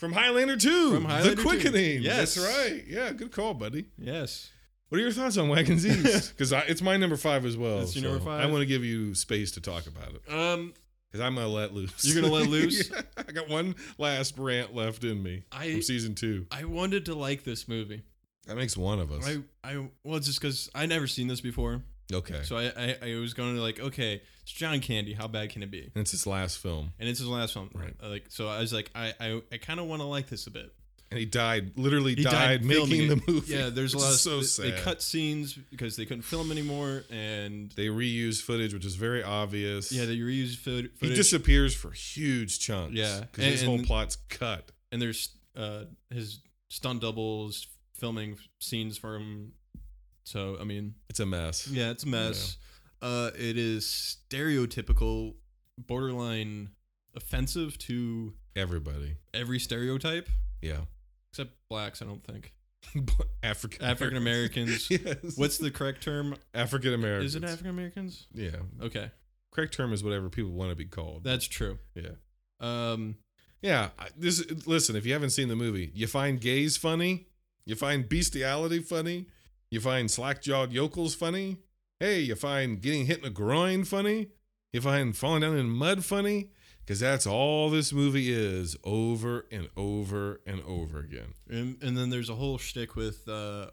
[SPEAKER 3] from Highlander Two.
[SPEAKER 2] From Highlander
[SPEAKER 3] the
[SPEAKER 2] 2.
[SPEAKER 3] Quickening.
[SPEAKER 2] Yes.
[SPEAKER 3] that's right. Yeah, good call, buddy.
[SPEAKER 2] Yes.
[SPEAKER 3] What are your thoughts on Wagons East? Because it's my number five as well.
[SPEAKER 2] That's your number
[SPEAKER 3] so
[SPEAKER 2] five?
[SPEAKER 3] I want to give you space to talk about it
[SPEAKER 2] Um,
[SPEAKER 3] because I'm gonna let loose.
[SPEAKER 2] You're gonna let loose?
[SPEAKER 3] Yeah, I got one last rant left in me
[SPEAKER 2] I-
[SPEAKER 3] from season two.
[SPEAKER 2] I wanted to like this movie.
[SPEAKER 3] That makes one of us.
[SPEAKER 2] I, I well, it's just because I never seen this before,
[SPEAKER 3] okay,
[SPEAKER 2] so I, I, I was going to like, okay, it's John Candy. How bad can it be?
[SPEAKER 3] and it's his last film,
[SPEAKER 2] And it's his last film,
[SPEAKER 3] Right.
[SPEAKER 2] Uh, Like, so I was like, I, I, I kind of want to like this a bit.
[SPEAKER 3] and he died. Literally
[SPEAKER 2] He
[SPEAKER 3] died,
[SPEAKER 2] filming
[SPEAKER 3] making the
[SPEAKER 2] it.
[SPEAKER 3] movie.
[SPEAKER 2] Yeah, there's a
[SPEAKER 3] which
[SPEAKER 2] lot
[SPEAKER 3] is
[SPEAKER 2] of
[SPEAKER 3] so
[SPEAKER 2] they,
[SPEAKER 3] sad.
[SPEAKER 2] They cut scenes because they couldn't film anymore, and
[SPEAKER 3] They reuse footage, which is very obvious.
[SPEAKER 2] yeah, they reused food,
[SPEAKER 3] he
[SPEAKER 2] footage.
[SPEAKER 3] disappears for huge chunks.
[SPEAKER 2] Yeah,
[SPEAKER 3] because his
[SPEAKER 2] and-
[SPEAKER 3] whole plot's cut.
[SPEAKER 2] and there's uh his stunt doubles filming scenes for him. So I mean,
[SPEAKER 3] It's a mess.
[SPEAKER 2] Yeah, it's a mess. Uh, it is stereotypical, borderline offensive to
[SPEAKER 3] Everybody.
[SPEAKER 2] every stereotype
[SPEAKER 3] Yeah,
[SPEAKER 2] except blacks. I don't think
[SPEAKER 3] African
[SPEAKER 2] African Americans.
[SPEAKER 3] Yes.
[SPEAKER 2] What's the correct term?
[SPEAKER 3] African American?
[SPEAKER 2] Is it African Americans?
[SPEAKER 3] Yeah.
[SPEAKER 2] Okay,
[SPEAKER 3] Correct term is whatever people want to be called.
[SPEAKER 2] that's true.
[SPEAKER 3] yeah.
[SPEAKER 2] Um,
[SPEAKER 3] Yeah, I- this listen, if you haven't seen the movie, you find gays funny, you find bestiality funny, you find slack-jawed yokels funny. Hey, you find getting hit in the groin funny, you find falling down in mud funny, cuz that's all this movie is over and over and over again.
[SPEAKER 2] and, and then there's a whole shtick with uh,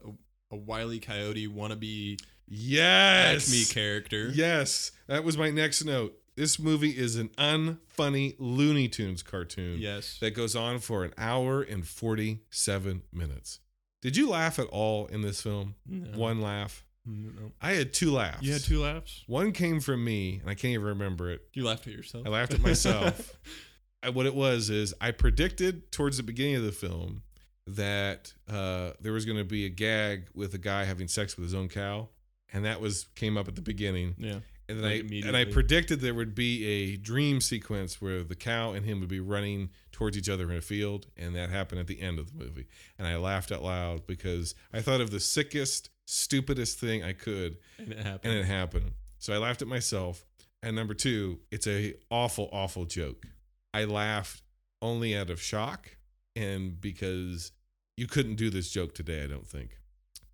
[SPEAKER 2] a wily coyote wannabe
[SPEAKER 3] Yes.
[SPEAKER 2] Acme character.
[SPEAKER 3] Yes. That was my next note. This movie is an unfunny Looney Tunes cartoon.
[SPEAKER 2] Yes.
[SPEAKER 3] that goes on for an hour and 47 minutes. Did you laugh at all in this film?
[SPEAKER 2] No.
[SPEAKER 3] One laugh.
[SPEAKER 2] Mm, No.
[SPEAKER 3] I had two laughs.
[SPEAKER 2] You had two laughs.
[SPEAKER 3] One came from me, and I can't even remember it.
[SPEAKER 2] You laughed at yourself.
[SPEAKER 3] I laughed at myself. I, what it was is I predicted towards the beginning of the film that uh, there was going to be a gag with a guy having sex with his own cow, and that was came up at the beginning.
[SPEAKER 2] yeah.
[SPEAKER 3] And then
[SPEAKER 2] Like,
[SPEAKER 3] I and I
[SPEAKER 2] immediately.
[SPEAKER 3] predicted there would be a dream sequence where the cow and him would be running towards each other in a field, and that happened at the end of the movie. And I laughed out loud because I thought of the sickest, stupidest thing I could,
[SPEAKER 2] And it happened.
[SPEAKER 3] and it happened. So I laughed at myself. And number two, it's a awful, awful joke. I laughed only out of shock and because you couldn't do this joke today, I don't think.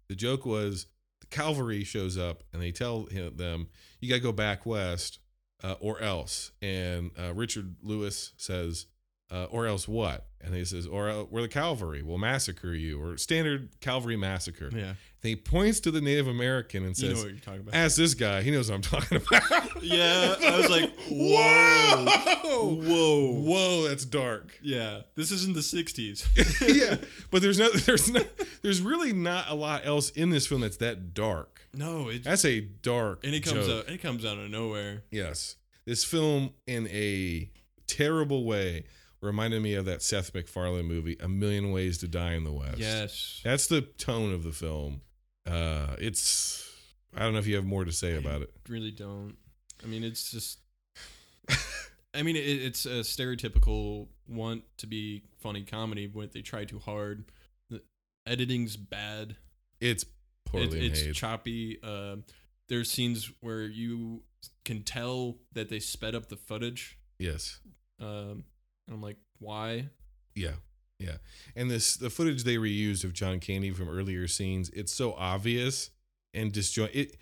[SPEAKER 3] The joke was the cavalry shows up and they tell him, them, you got to go back west uh, or else. And uh, Richard Lewis says, uh, or else what? And he says, or el- we're the cavalry. We'll massacre you or standard cavalry massacre.
[SPEAKER 2] yeah.
[SPEAKER 3] Then he points to the Native American and
[SPEAKER 2] You know
[SPEAKER 3] says,
[SPEAKER 2] what you're talking about.
[SPEAKER 3] Ask this guy. He knows what I'm talking about.
[SPEAKER 2] Yeah, I was like,
[SPEAKER 3] whoa. Whoa,
[SPEAKER 2] Whoa.
[SPEAKER 3] that's dark.
[SPEAKER 2] Yeah, this isn't the 60s.
[SPEAKER 3] yeah. But there's no there's no there's really not a lot else in this film that's that dark.
[SPEAKER 2] no, it
[SPEAKER 3] That's a dark
[SPEAKER 2] and it comes
[SPEAKER 3] joke.
[SPEAKER 2] out it comes out of nowhere.
[SPEAKER 3] Yes. This film in a terrible way reminded me of that Seth MacFarlane movie, A Million Ways to Die in the West.
[SPEAKER 2] Yes.
[SPEAKER 3] That's the tone of the film. Uh it's I don't know if you have more to say about it.
[SPEAKER 2] Really don't. I mean, it's just I mean, it, it's a stereotypical want to be funny comedy when they try too hard. The editing's bad.
[SPEAKER 3] It's
[SPEAKER 2] It,
[SPEAKER 3] poorly
[SPEAKER 2] it's
[SPEAKER 3] made.
[SPEAKER 2] choppy. Uh, there's scenes where you can tell that they sped up the footage.
[SPEAKER 3] yes.
[SPEAKER 2] Um, and I'm like, why?
[SPEAKER 3] Yeah. Yeah. And this the footage they reused of John Candy from earlier scenes, it's so obvious and disjoint it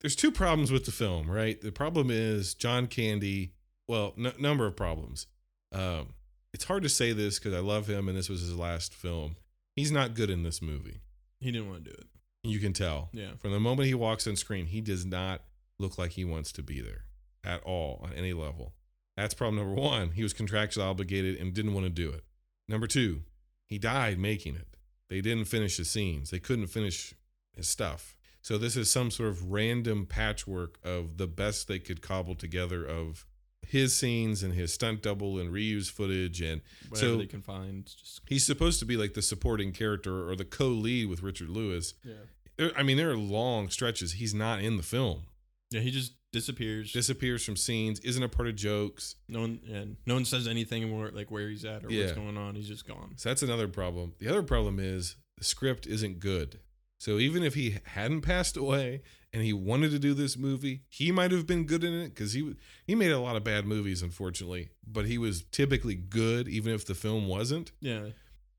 [SPEAKER 3] there's two problems with the film, right? The problem is John Candy, well, n- number of problems. Um it's hard to say this cuz I love him and this was his last film. He's not good in this movie.
[SPEAKER 2] He didn't want to do it.
[SPEAKER 3] You can tell.
[SPEAKER 2] Yeah.
[SPEAKER 3] From the moment he walks on screen, he does not look like he wants to be there at all on any level. That's problem number one. He was contractually obligated and didn't want to do it. Number two, he died making it. They didn't finish the scenes, they couldn't finish his stuff. So this is some sort of random patchwork of the best they could cobble together of his scenes and his stunt double and reuse footage and
[SPEAKER 2] Whatever
[SPEAKER 3] so
[SPEAKER 2] they can find, just
[SPEAKER 3] he's supposed to be like the supporting character or the co-lead with Richard Lewis.
[SPEAKER 2] yeah.
[SPEAKER 3] There, I mean, there are long stretches he's not in the film.
[SPEAKER 2] Yeah, he just disappears.
[SPEAKER 3] Disappears from scenes, isn't a part of jokes.
[SPEAKER 2] no one and no one says anything more like where he's at or
[SPEAKER 3] Yeah.
[SPEAKER 2] what's going on. He's just gone.
[SPEAKER 3] So that's another problem. The other problem is the script isn't good. So even if he hadn't passed away and he wanted to do this movie, he might have been good in it because he w- he made a lot of bad movies, unfortunately. But he was typically good, even if the film wasn't.
[SPEAKER 2] Yeah.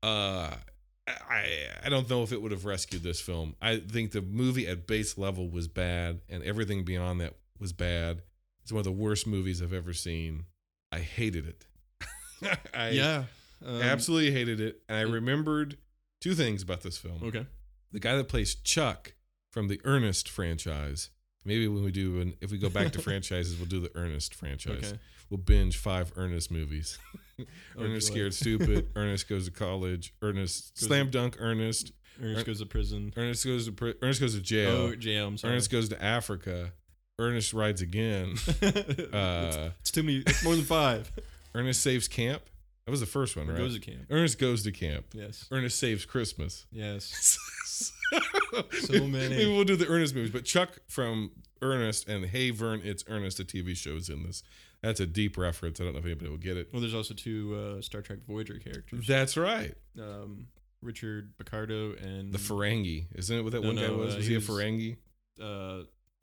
[SPEAKER 3] Uh, I I don't know if it would have rescued this film. I think the movie at base level was bad, and everything beyond that was bad. It's one of the worst movies I've ever seen. I hated it. I,
[SPEAKER 2] yeah. Um,
[SPEAKER 3] absolutely hated it. And I
[SPEAKER 2] it- Oh,
[SPEAKER 3] remembered two things about this film.
[SPEAKER 2] Okay.
[SPEAKER 3] The guy that plays Chuck from the Ernest franchise. Maybe when we do, an, if we go back to franchises, we'll do the Ernest franchise.
[SPEAKER 2] Okay. Oh,
[SPEAKER 3] We'll binge five Ernest movies. Ernest
[SPEAKER 2] boy.
[SPEAKER 3] Scared Stupid, Ernest Goes to College, Ernest
[SPEAKER 2] Goes
[SPEAKER 3] Slam Dunk, Ernest,
[SPEAKER 2] Ernest goes to prison.
[SPEAKER 3] Ernest Goes to pri- Ernest Goes to Jail,
[SPEAKER 2] Oh, JL, I'm sorry.
[SPEAKER 3] Ernest Goes to Africa, Ernest Rides Again,
[SPEAKER 2] it's,
[SPEAKER 3] uh,
[SPEAKER 2] it's too many. It's more than five.
[SPEAKER 3] Ernest Saves Camp. That was the first one,
[SPEAKER 2] Or
[SPEAKER 3] right?
[SPEAKER 2] Goes to camp.
[SPEAKER 3] Ernest Goes to Camp.
[SPEAKER 2] Yes.
[SPEAKER 3] Ernest Saves Christmas.
[SPEAKER 2] Yes.
[SPEAKER 3] so
[SPEAKER 2] many.
[SPEAKER 3] Maybe we'll do the Ernest movies, but Chuck from Ernest and Hey Vern, it's Ernest, a TV show is in this. That's a deep reference. I don't know if anybody will get it.
[SPEAKER 2] Well, there's also two uh, Star Trek Voyager characters.
[SPEAKER 3] That's right.
[SPEAKER 2] Um, Richard Picardo and
[SPEAKER 3] The Ferengi, isn't it? What that
[SPEAKER 2] Mm. No,
[SPEAKER 3] one guy
[SPEAKER 2] no,
[SPEAKER 3] was?
[SPEAKER 2] uh,
[SPEAKER 3] was
[SPEAKER 2] he
[SPEAKER 3] he,
[SPEAKER 2] was-
[SPEAKER 3] a Ferengi?
[SPEAKER 2] uh,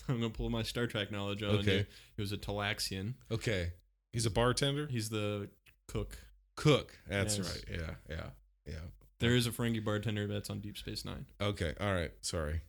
[SPEAKER 2] I'm gonna pull my Star Trek knowledge out. on
[SPEAKER 3] Okay.
[SPEAKER 2] you. He was a Talaxian.
[SPEAKER 3] Okay, he's a bartender,
[SPEAKER 2] He's the cook.
[SPEAKER 3] cook. That's
[SPEAKER 2] Yes.
[SPEAKER 3] right. Yeah, yeah, yeah.
[SPEAKER 2] There is a Ferengi bartender that's on Deep Space Nine.
[SPEAKER 3] Okay, all right. Sorry.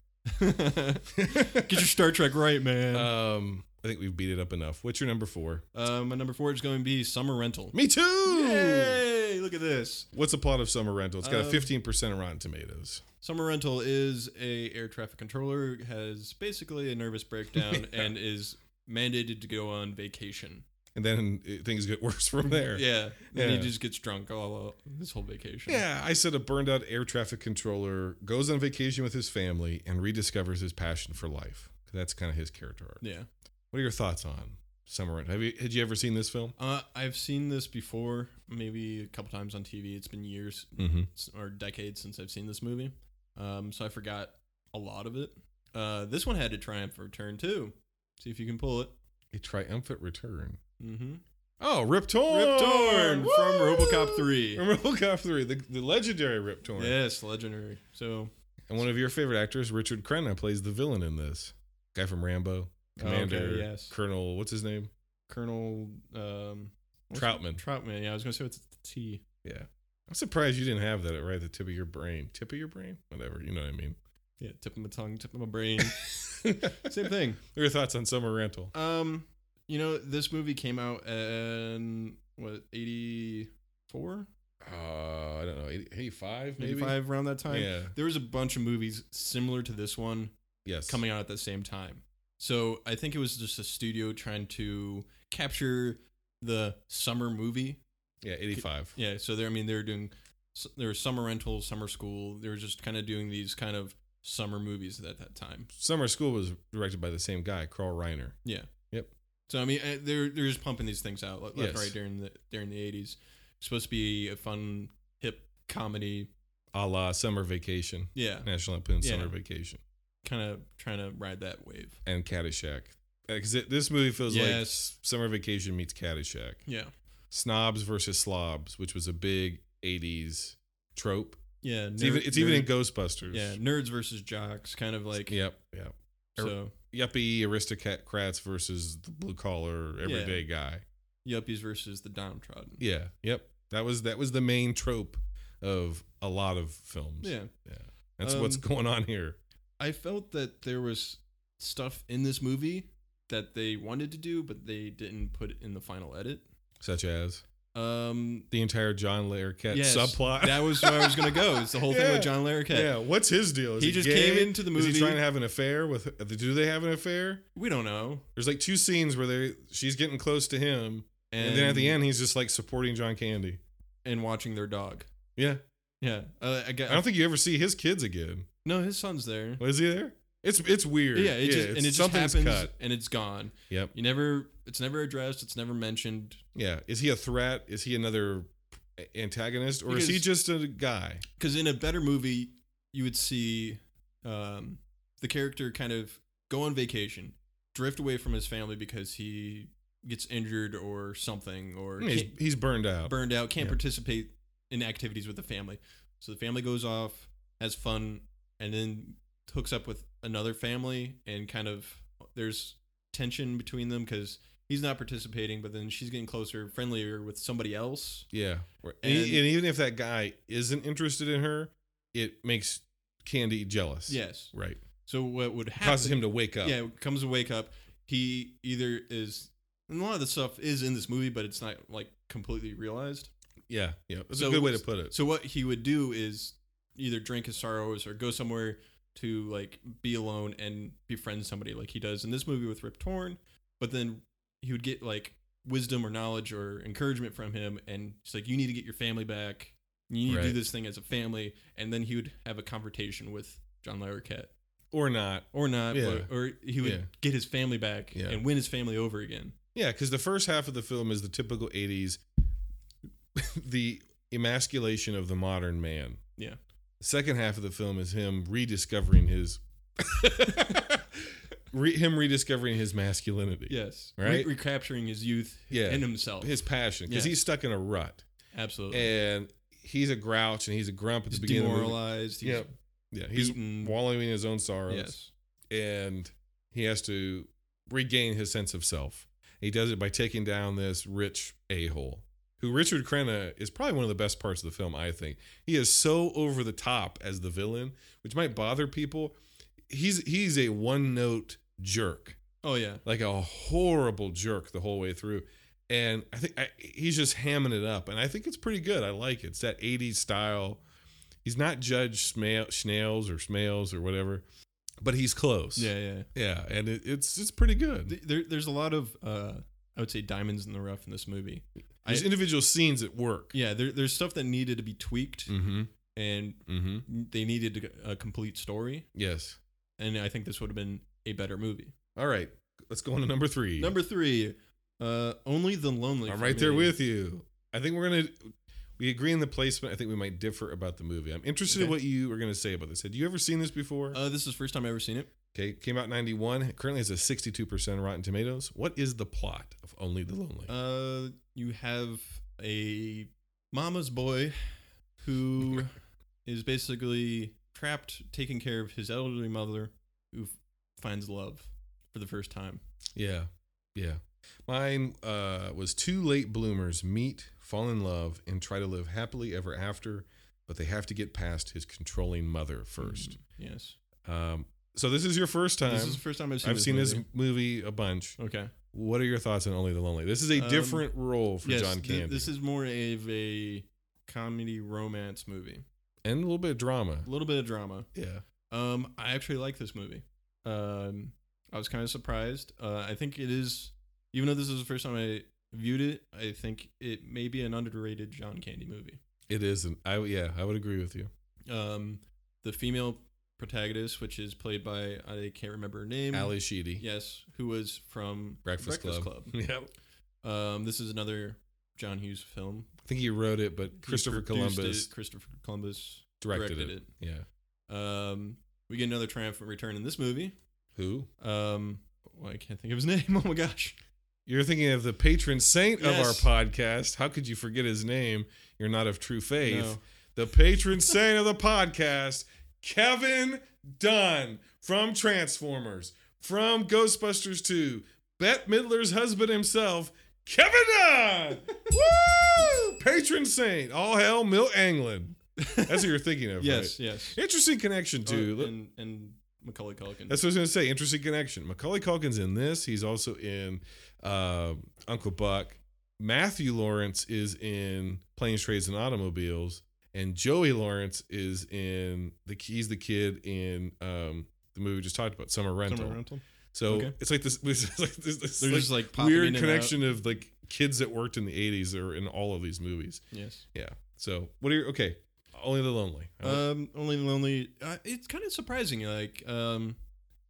[SPEAKER 2] Get your Star Trek right, man. Uh,
[SPEAKER 3] Um, I think we've beat it up enough. What's your number four?
[SPEAKER 2] my number four is going to be Summer Rental.
[SPEAKER 3] Me too.
[SPEAKER 2] Yay! Look at this.
[SPEAKER 3] What's the plot of Summer Rental? It's got a
[SPEAKER 2] Um,
[SPEAKER 3] fifteen percent of Rotten Tomatoes.
[SPEAKER 2] Summer Rental is a air traffic controller has basically a nervous breakdown and is mandated to go on vacation.
[SPEAKER 3] and then it, things get worse from there.
[SPEAKER 2] Yeah, and
[SPEAKER 3] Yeah.
[SPEAKER 2] he just gets drunk all this whole vacation.
[SPEAKER 3] Yeah, I said a burned out air traffic controller goes on vacation with his family and rediscovers his passion for life. That's kind of his character arc.
[SPEAKER 2] yeah.
[SPEAKER 3] What are your thoughts on Summer Rental? Have you had you ever seen this film?
[SPEAKER 2] Uh, I've seen this before, maybe a couple times on TV. It's been years
[SPEAKER 3] Mm-hmm.
[SPEAKER 2] s- or decades since I've seen this movie, um, so I forgot a lot of it. Uh, this one had to triumph return too. See if you can pull it.
[SPEAKER 3] A triumphant return.
[SPEAKER 2] Mm-hmm.
[SPEAKER 3] Oh, Rip Torn!
[SPEAKER 2] Rip Torn
[SPEAKER 3] Woo!
[SPEAKER 2] from RoboCop 3.
[SPEAKER 3] From RoboCop three, the, the legendary Rip Torn.
[SPEAKER 2] Yes, legendary. So
[SPEAKER 3] And one of your favorite actors, Richard Crenna, plays the villain in this. Guy from Rambo, Commander,
[SPEAKER 2] yes.
[SPEAKER 3] Colonel, what's his name?
[SPEAKER 2] Colonel um, what's-
[SPEAKER 3] Troutman.
[SPEAKER 2] Troutman. Yeah, I was gonna say it's the T.
[SPEAKER 3] Yeah. I'm surprised you didn't have that right at the tip of your brain. Tip of your brain? Whatever. You know what I mean.
[SPEAKER 2] Yeah, tip of my tongue, tip of my brain. Same thing.
[SPEAKER 3] What are your thoughts on Summer Rental?
[SPEAKER 2] Um, you know, this movie came out in what eighty four,
[SPEAKER 3] Uh, I don't know. 80, 85, maybe?
[SPEAKER 2] eighty five around that time.
[SPEAKER 3] Yeah.
[SPEAKER 2] There was a bunch of movies similar to this one
[SPEAKER 3] Yes.
[SPEAKER 2] coming out at the same time. So I think it was just a studio trying to capture the summer movie.
[SPEAKER 3] Yeah, 85.
[SPEAKER 2] Yeah. So there, I mean, they were doing s- there was summer rental, summer school. They were just kind of doing these kind of summer movies at that time.
[SPEAKER 3] Summer School was directed by the same guy, Carl Reiner.
[SPEAKER 2] Yeah.
[SPEAKER 3] Yep.
[SPEAKER 2] So I mean, uh, they're they're just pumping these things out left, left
[SPEAKER 3] Yes.
[SPEAKER 2] right during the during the eighties. Supposed to be a fun, hip comedy.
[SPEAKER 3] A la Summer Vacation.
[SPEAKER 2] Yeah,
[SPEAKER 3] National Lampoon
[SPEAKER 2] Yeah.
[SPEAKER 3] Summer Vacation.
[SPEAKER 2] kind of trying to ride that wave.
[SPEAKER 3] And Caddyshack. Because this movie feels like
[SPEAKER 2] Yes.
[SPEAKER 3] S- Summer Vacation meets Caddyshack.
[SPEAKER 2] Yeah,
[SPEAKER 3] Snobs versus slobs, which was a big 80s trope.
[SPEAKER 2] yeah.
[SPEAKER 3] It's
[SPEAKER 2] nerd-
[SPEAKER 3] even it's even in
[SPEAKER 2] nerd-
[SPEAKER 3] Ghostbusters.
[SPEAKER 2] Yeah, nerds versus jocks, kind of like
[SPEAKER 3] Yep. Yep.
[SPEAKER 2] So
[SPEAKER 3] yuppie aristocrats versus the blue collar everyday guy.
[SPEAKER 2] yuppies versus the downtrodden.
[SPEAKER 3] Yeah. Yep. That was that was the main trope of a lot of films.
[SPEAKER 2] yeah.
[SPEAKER 3] Yeah. That's what's
[SPEAKER 2] Um,
[SPEAKER 3] going on here.
[SPEAKER 2] I felt that there was stuff in this movie that they wanted to do, but they didn't put it in the final edit.
[SPEAKER 3] Such as
[SPEAKER 2] Um,
[SPEAKER 3] the entire John Larroquette
[SPEAKER 2] yes,
[SPEAKER 3] subplot.
[SPEAKER 2] That was where I was gonna go. It's the whole thing
[SPEAKER 3] Yeah.
[SPEAKER 2] with John Larroquette.
[SPEAKER 3] Yeah, what's his deal?
[SPEAKER 2] He just
[SPEAKER 3] gay?
[SPEAKER 2] came into the
[SPEAKER 3] Is
[SPEAKER 2] movie-
[SPEAKER 3] he trying to have an affair with? Do they have an affair?
[SPEAKER 2] We don't know.
[SPEAKER 3] There's like two scenes where they she's getting close to him, and, then at the end he's just like supporting John Candy.
[SPEAKER 2] and watching their dog.
[SPEAKER 3] Yeah,
[SPEAKER 2] Yeah, uh, I, got,
[SPEAKER 3] I don't think you ever see his kids again.
[SPEAKER 2] no, his son's there.
[SPEAKER 3] Was he there? It's it's weird.
[SPEAKER 2] Yeah, it just
[SPEAKER 3] it's-
[SPEAKER 2] and it just
[SPEAKER 3] something's
[SPEAKER 2] happens and it's gone.
[SPEAKER 3] Yep.
[SPEAKER 2] You never it's never addressed, it's never mentioned.
[SPEAKER 3] Yeah. Is he a threat? Is he another antagonist, or is he
[SPEAKER 2] Because-
[SPEAKER 3] just a guy?
[SPEAKER 2] Because in a better movie, you would see um, the character kind of go on vacation, drift away from his family because he gets injured or something, or
[SPEAKER 3] I mean, he's,
[SPEAKER 2] can't-
[SPEAKER 3] he's burned out.
[SPEAKER 2] burned out, can't
[SPEAKER 3] Yeah.
[SPEAKER 2] participate in activities with the family. So the family goes off, has fun, and then hooks up with another family, and kind of there's tension between them because he's not participating, but then she's getting closer, friendlier with somebody else.
[SPEAKER 3] Yeah. And,
[SPEAKER 2] And-
[SPEAKER 3] e- and even if that guy isn't interested in her, it makes Candy jealous.
[SPEAKER 2] Yes.
[SPEAKER 3] Right.
[SPEAKER 2] So what would happen?
[SPEAKER 3] Causes him to wake up.
[SPEAKER 2] Yeah, comes to wake up. He either is, and a lot of the stuff is in this movie, but it's not like completely realized.
[SPEAKER 3] Yeah. Yeah. It's
[SPEAKER 2] So-
[SPEAKER 3] a good way to put it.
[SPEAKER 2] So what he would do is either drink his sorrows or go somewhere to like be alone and befriend somebody, like he does in this movie with Rip Torn. But then he would get like wisdom or knowledge or encouragement from him, and it's like you need to get your family back. You need to do
[SPEAKER 3] Right.
[SPEAKER 2] this thing as a family, and then he would have a confrontation with John Larroquette
[SPEAKER 3] or not.
[SPEAKER 2] or not,
[SPEAKER 3] Yeah.
[SPEAKER 2] but- or he would
[SPEAKER 3] Yeah.
[SPEAKER 2] get his family back
[SPEAKER 3] Yeah.
[SPEAKER 2] and win his family over again.
[SPEAKER 3] Yeah, because the first half of the film is the typical '80s, the emasculation of the modern man.
[SPEAKER 2] Yeah.
[SPEAKER 3] The second half of the film is him rediscovering his, re, him rediscovering his masculinity.
[SPEAKER 2] Yes, Re-
[SPEAKER 3] Right?
[SPEAKER 2] recapturing his youth
[SPEAKER 3] Yeah.
[SPEAKER 2] and himself.
[SPEAKER 3] His passion, because
[SPEAKER 2] Yeah.
[SPEAKER 3] he's stuck in a rut,
[SPEAKER 2] Absolutely,
[SPEAKER 3] and he's a grouch and he's a grump at
[SPEAKER 2] he's
[SPEAKER 3] the beginning. of the movie.
[SPEAKER 2] demoralized. He's,
[SPEAKER 3] Yeah, yeah, he's
[SPEAKER 2] beaten.
[SPEAKER 3] wallowing in his own sorrows.
[SPEAKER 2] Yes,
[SPEAKER 3] and he has to regain his sense of self. He does it by taking down this rich a hole, who Richard Crenna is probably one of the best parts of the film. I think he is so over the top as the villain, which might bother people. He's he's a one note jerk,
[SPEAKER 2] oh yeah,
[SPEAKER 3] like a horrible jerk the whole way through. And I think I, he's just hamming it up, and I think it's pretty good. I like it. It's that '80s style. He's not Judge Smail, Snails or Smales or whatever, but he's close.
[SPEAKER 2] yeah, yeah.
[SPEAKER 3] Yeah, and it, it's it's pretty good.
[SPEAKER 2] Th- There, there's a lot of uh, I would say diamonds in the rough in this movie. I-
[SPEAKER 3] There's individual scenes at work.
[SPEAKER 2] Yeah, there, there's stuff that needed to be tweaked,
[SPEAKER 3] Mm-hmm.
[SPEAKER 2] and
[SPEAKER 3] Mm-hmm.
[SPEAKER 2] they needed to g- a complete story.
[SPEAKER 3] Yes.
[SPEAKER 2] And I think this would have been a better movie.
[SPEAKER 3] All right. Let's go on to number three.
[SPEAKER 2] Number three, uh, only the lonely.
[SPEAKER 3] I'm
[SPEAKER 2] for
[SPEAKER 3] right there
[SPEAKER 2] me.
[SPEAKER 3] with you. I think we're gonna we agree in the placement. I think we might differ about the movie. I'm interested in
[SPEAKER 2] Okay.
[SPEAKER 3] what you are gonna say about this. Had you ever seen this before?
[SPEAKER 2] Uh, this is the first time I ever seen it.
[SPEAKER 3] okay, came out in '91. It currently has a 62% Rotten Tomatoes. What is the plot of Only the Lonely?
[SPEAKER 2] Uh, you have a mama's boy who is basically trapped taking care of his elderly mother who f- finds love for the first time.
[SPEAKER 3] yeah, yeah. Mine uh, was two late bloomers meet, fall in love, and try to live happily ever after, but they have to get past his controlling mother first.
[SPEAKER 2] Mm-hmm. Yes.
[SPEAKER 3] Um, so this is your first time.
[SPEAKER 2] Mm. This is the first time I've seen
[SPEAKER 3] I've
[SPEAKER 2] this
[SPEAKER 3] seen this
[SPEAKER 2] movie.
[SPEAKER 3] movie a bunch.
[SPEAKER 2] Okay.
[SPEAKER 3] What are your thoughts on Only the Lonely? This is a
[SPEAKER 2] Um,
[SPEAKER 3] different role for
[SPEAKER 2] yes,
[SPEAKER 3] John
[SPEAKER 2] th-
[SPEAKER 3] Candy,
[SPEAKER 2] this is more of a comedy romance movie.
[SPEAKER 3] and a little bit of drama.
[SPEAKER 2] A little bit of drama.
[SPEAKER 3] Yeah,
[SPEAKER 2] Um, I actually like this movie. Um, I was kind of surprised. Uh, I think it is, even though this is the first time I viewed it, I think it may be an underrated John Candy movie.
[SPEAKER 3] it is. An, I yeah, I would agree with you.
[SPEAKER 2] Um, the female protagonist, which is played by I can't remember her name,
[SPEAKER 3] Ali Sheedy.
[SPEAKER 2] yes, who was from
[SPEAKER 3] Breakfast, Club. yep. I
[SPEAKER 2] Um, this is another John Hughes film.
[SPEAKER 3] think he wrote it, but
[SPEAKER 2] He
[SPEAKER 3] Christopher
[SPEAKER 2] produced
[SPEAKER 3] Columbus
[SPEAKER 2] it, Christopher Columbus
[SPEAKER 3] directed,
[SPEAKER 2] directed
[SPEAKER 3] it. Yeah.
[SPEAKER 2] Um, we get another triumphant return in this movie.
[SPEAKER 3] Who?
[SPEAKER 2] Um, well, I can't think of his name. Oh my gosh.
[SPEAKER 3] You're thinking of the patron saint
[SPEAKER 2] Yes.
[SPEAKER 3] of our podcast. How could you forget his name? You're not of true faith.
[SPEAKER 2] No.
[SPEAKER 3] The patron saint of the podcast, Kevin Dunn from Transformers, from Ghostbusters 2, Bette Midler's husband himself, Kevin Dunn. Woo! Patron saint. All hell, Mill Anglin. That's what you're thinking of,
[SPEAKER 2] Yes,
[SPEAKER 3] right?
[SPEAKER 2] yes.
[SPEAKER 3] Interesting connection, too.
[SPEAKER 2] Oh, and, and Macaulay Culkin.
[SPEAKER 3] That's what I was gonna say. Interesting connection. Macaulay Culkin's in this. He's also in uh, Uncle Buck. Matthew Lawrence is in Planes, Trades, and Automobiles, and Joey Lawrence is in the. He's the kid in um, the movie we just talked about, Summer Rental.
[SPEAKER 2] Summer rental.
[SPEAKER 3] So
[SPEAKER 2] Okay.
[SPEAKER 3] it's like this. It's like this, this
[SPEAKER 2] They're
[SPEAKER 3] like,
[SPEAKER 2] just, like, popping in
[SPEAKER 3] weird
[SPEAKER 2] and
[SPEAKER 3] connection of like kids that worked in the '80s or in all of these movies.
[SPEAKER 2] Yes.
[SPEAKER 3] Yeah. So what are your okay? Only the lonely.
[SPEAKER 2] Uh, Um, only lonely. Uh, it's kind of surprising. Like, um,